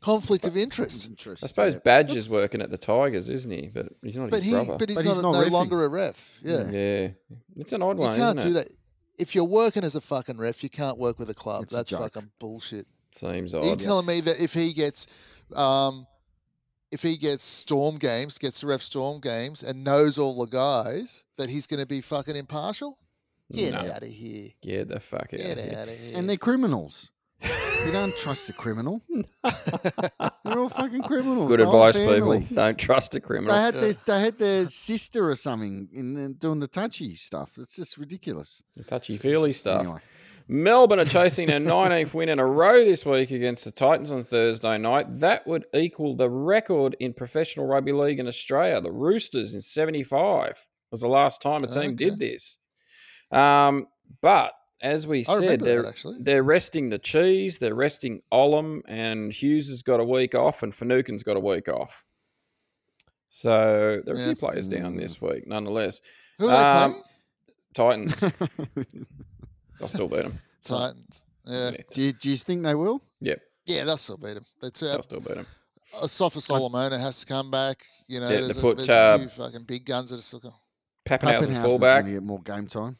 A: Conflict of interest.
B: Interest,
C: I suppose
B: yeah.
C: Badger's working at the Tigers, isn't he? But he's not
A: But
C: his
A: he,
C: brother.
A: but he's,
B: But
A: not,
B: he's not
A: no
B: reffing.
A: longer a ref. Yeah,
C: yeah, it's an odd
A: you
C: one.
A: can't
C: isn't
A: do
C: it?
A: that. If you're working as a fucking ref, you can't work with a club.
B: It's a
A: that's
B: joke.
A: fucking bullshit.
C: Seems
A: Are you
C: odd.
A: telling me that if he gets, um, if he gets storm games, gets to ref storm games, and knows all the guys, that he's going to be fucking impartial? Get
C: No.
A: out of here!
C: Get the fuck out.
A: Get
C: of here.
A: out of here!
B: and they're criminals. you don't trust the criminal. They're all fucking criminals.
C: Good
B: the whole
C: advice,
B: family.
C: people. Don't trust a
B: They
C: criminal.
B: had their they had their sister or something in the, doing the touchy stuff. It's just ridiculous.
C: Touchy feely stuff.
B: Anyway,
C: Melbourne are chasing their 19th win in a row this week against the Titans on Thursday night. That would equal the record in professional rugby league in Australia. The Roosters in 75 was the last time a team did this. Um, but as we
A: I
C: said,
A: remember
C: they're,
A: that actually.
C: they're resting the Cheese, they're resting Olam, and Hughes has got a week off, and Finucane's got a week off. So there are a
A: Yeah.
C: few players down
B: Mm.
C: this week, nonetheless.
A: Who are they
C: um,
A: playing?
C: Titans, I'll still beat them.
A: Titans. Yeah,
C: Yeah.
B: do, you, do you think they will?
C: Yep,
A: yeah, they'll still beat them. They're two.
C: I'll still beat them.
A: Uh, Sofa Solomona has to come back. You know,
C: Yeah,
A: there's,
C: they
A: a,
C: put,
A: there's
C: uh,
A: a few fucking big guns that are still coming.
C: Pappenhausen
B: Pappenhausen's
C: fullback.
B: going to get more game time.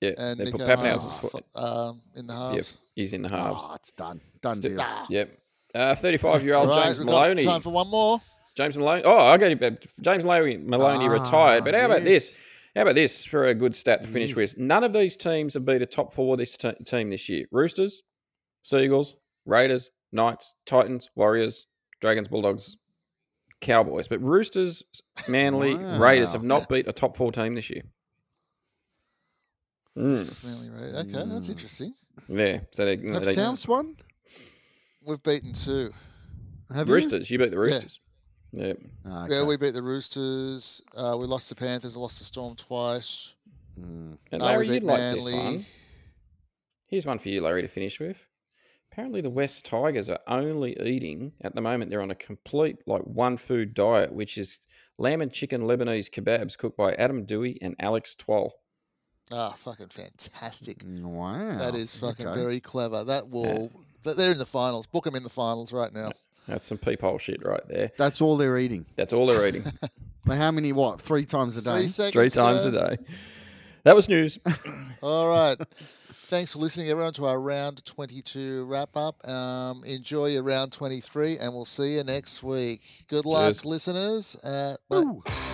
C: Yeah,
A: And
C: they
A: Nico
C: put Pappenhausen's
A: Haas,
C: full.
A: fu- um, in the
C: Yep,
A: halves. Ah.
C: he's in the halves.
B: Oh, it's done. Done
C: Still-
B: deal.
C: Yep. Uh, 35 year
A: All
C: old
A: right,
C: James
A: we've got
C: Maloney.
A: time for one more.
C: James Maloney. Oh, I got it. babe. James Maloney,
A: Ah,
B: Ah,
C: Maloney retired. But how about this? How about this for a good stat to finish
B: Yes.
C: with? None of these teams have beat a top four this t- team this year. Roosters, Seagulls, Raiders, Knights, Titans, Warriors, Dragons, Bulldogs, Cowboys. But Roosters, Manly, Raiders
B: Wow.
C: have not beat a top four team this year. Mm,
A: Smelly Road. Okay, that's
B: Mm.
C: Hmm.
A: interesting.
C: yeah. So they,
B: Have
C: they-
B: Souths won?
A: We've beaten two.
B: Have you?
C: Roosters. You beat the Roosters. Yep.
B: Ah,
A: Yeah,
B: okay.
A: we beat the Roosters. Uh, we lost the Panthers. Lost the Storm twice.
B: Mm.
C: And
A: Uh, we
C: Larry,
A: beat
C: you'd like this
A: Manly.
C: one. Here's one for you, Larry, to finish with. Apparently, the West Tigers are only eating at the moment. They're on a complete like one food diet, which is lamb and chicken Lebanese kebabs cooked by Adam Dewey and Alex Twoll.
A: Ah, fucking fantastic.
B: mm,
C: Hmm.
B: Wow.
A: That is fucking
B: okay.
A: very clever. That will. th They're in the finals. Book them in the finals right now.
C: That's some peephole shit right there.
B: That's all they're eating.
C: That's all they're eating
B: But how many? What? Three times a
A: Three
B: day.
A: seconds.
C: three
A: to
C: times
A: go.
C: a day. That was news.
A: All right. Thanks for listening, everyone, to our round 22 wrap up. Um, enjoy your round 23, and we'll see you next week. Good luck,
C: Cheers.
A: listeners. Uh, bye.
B: Ooh.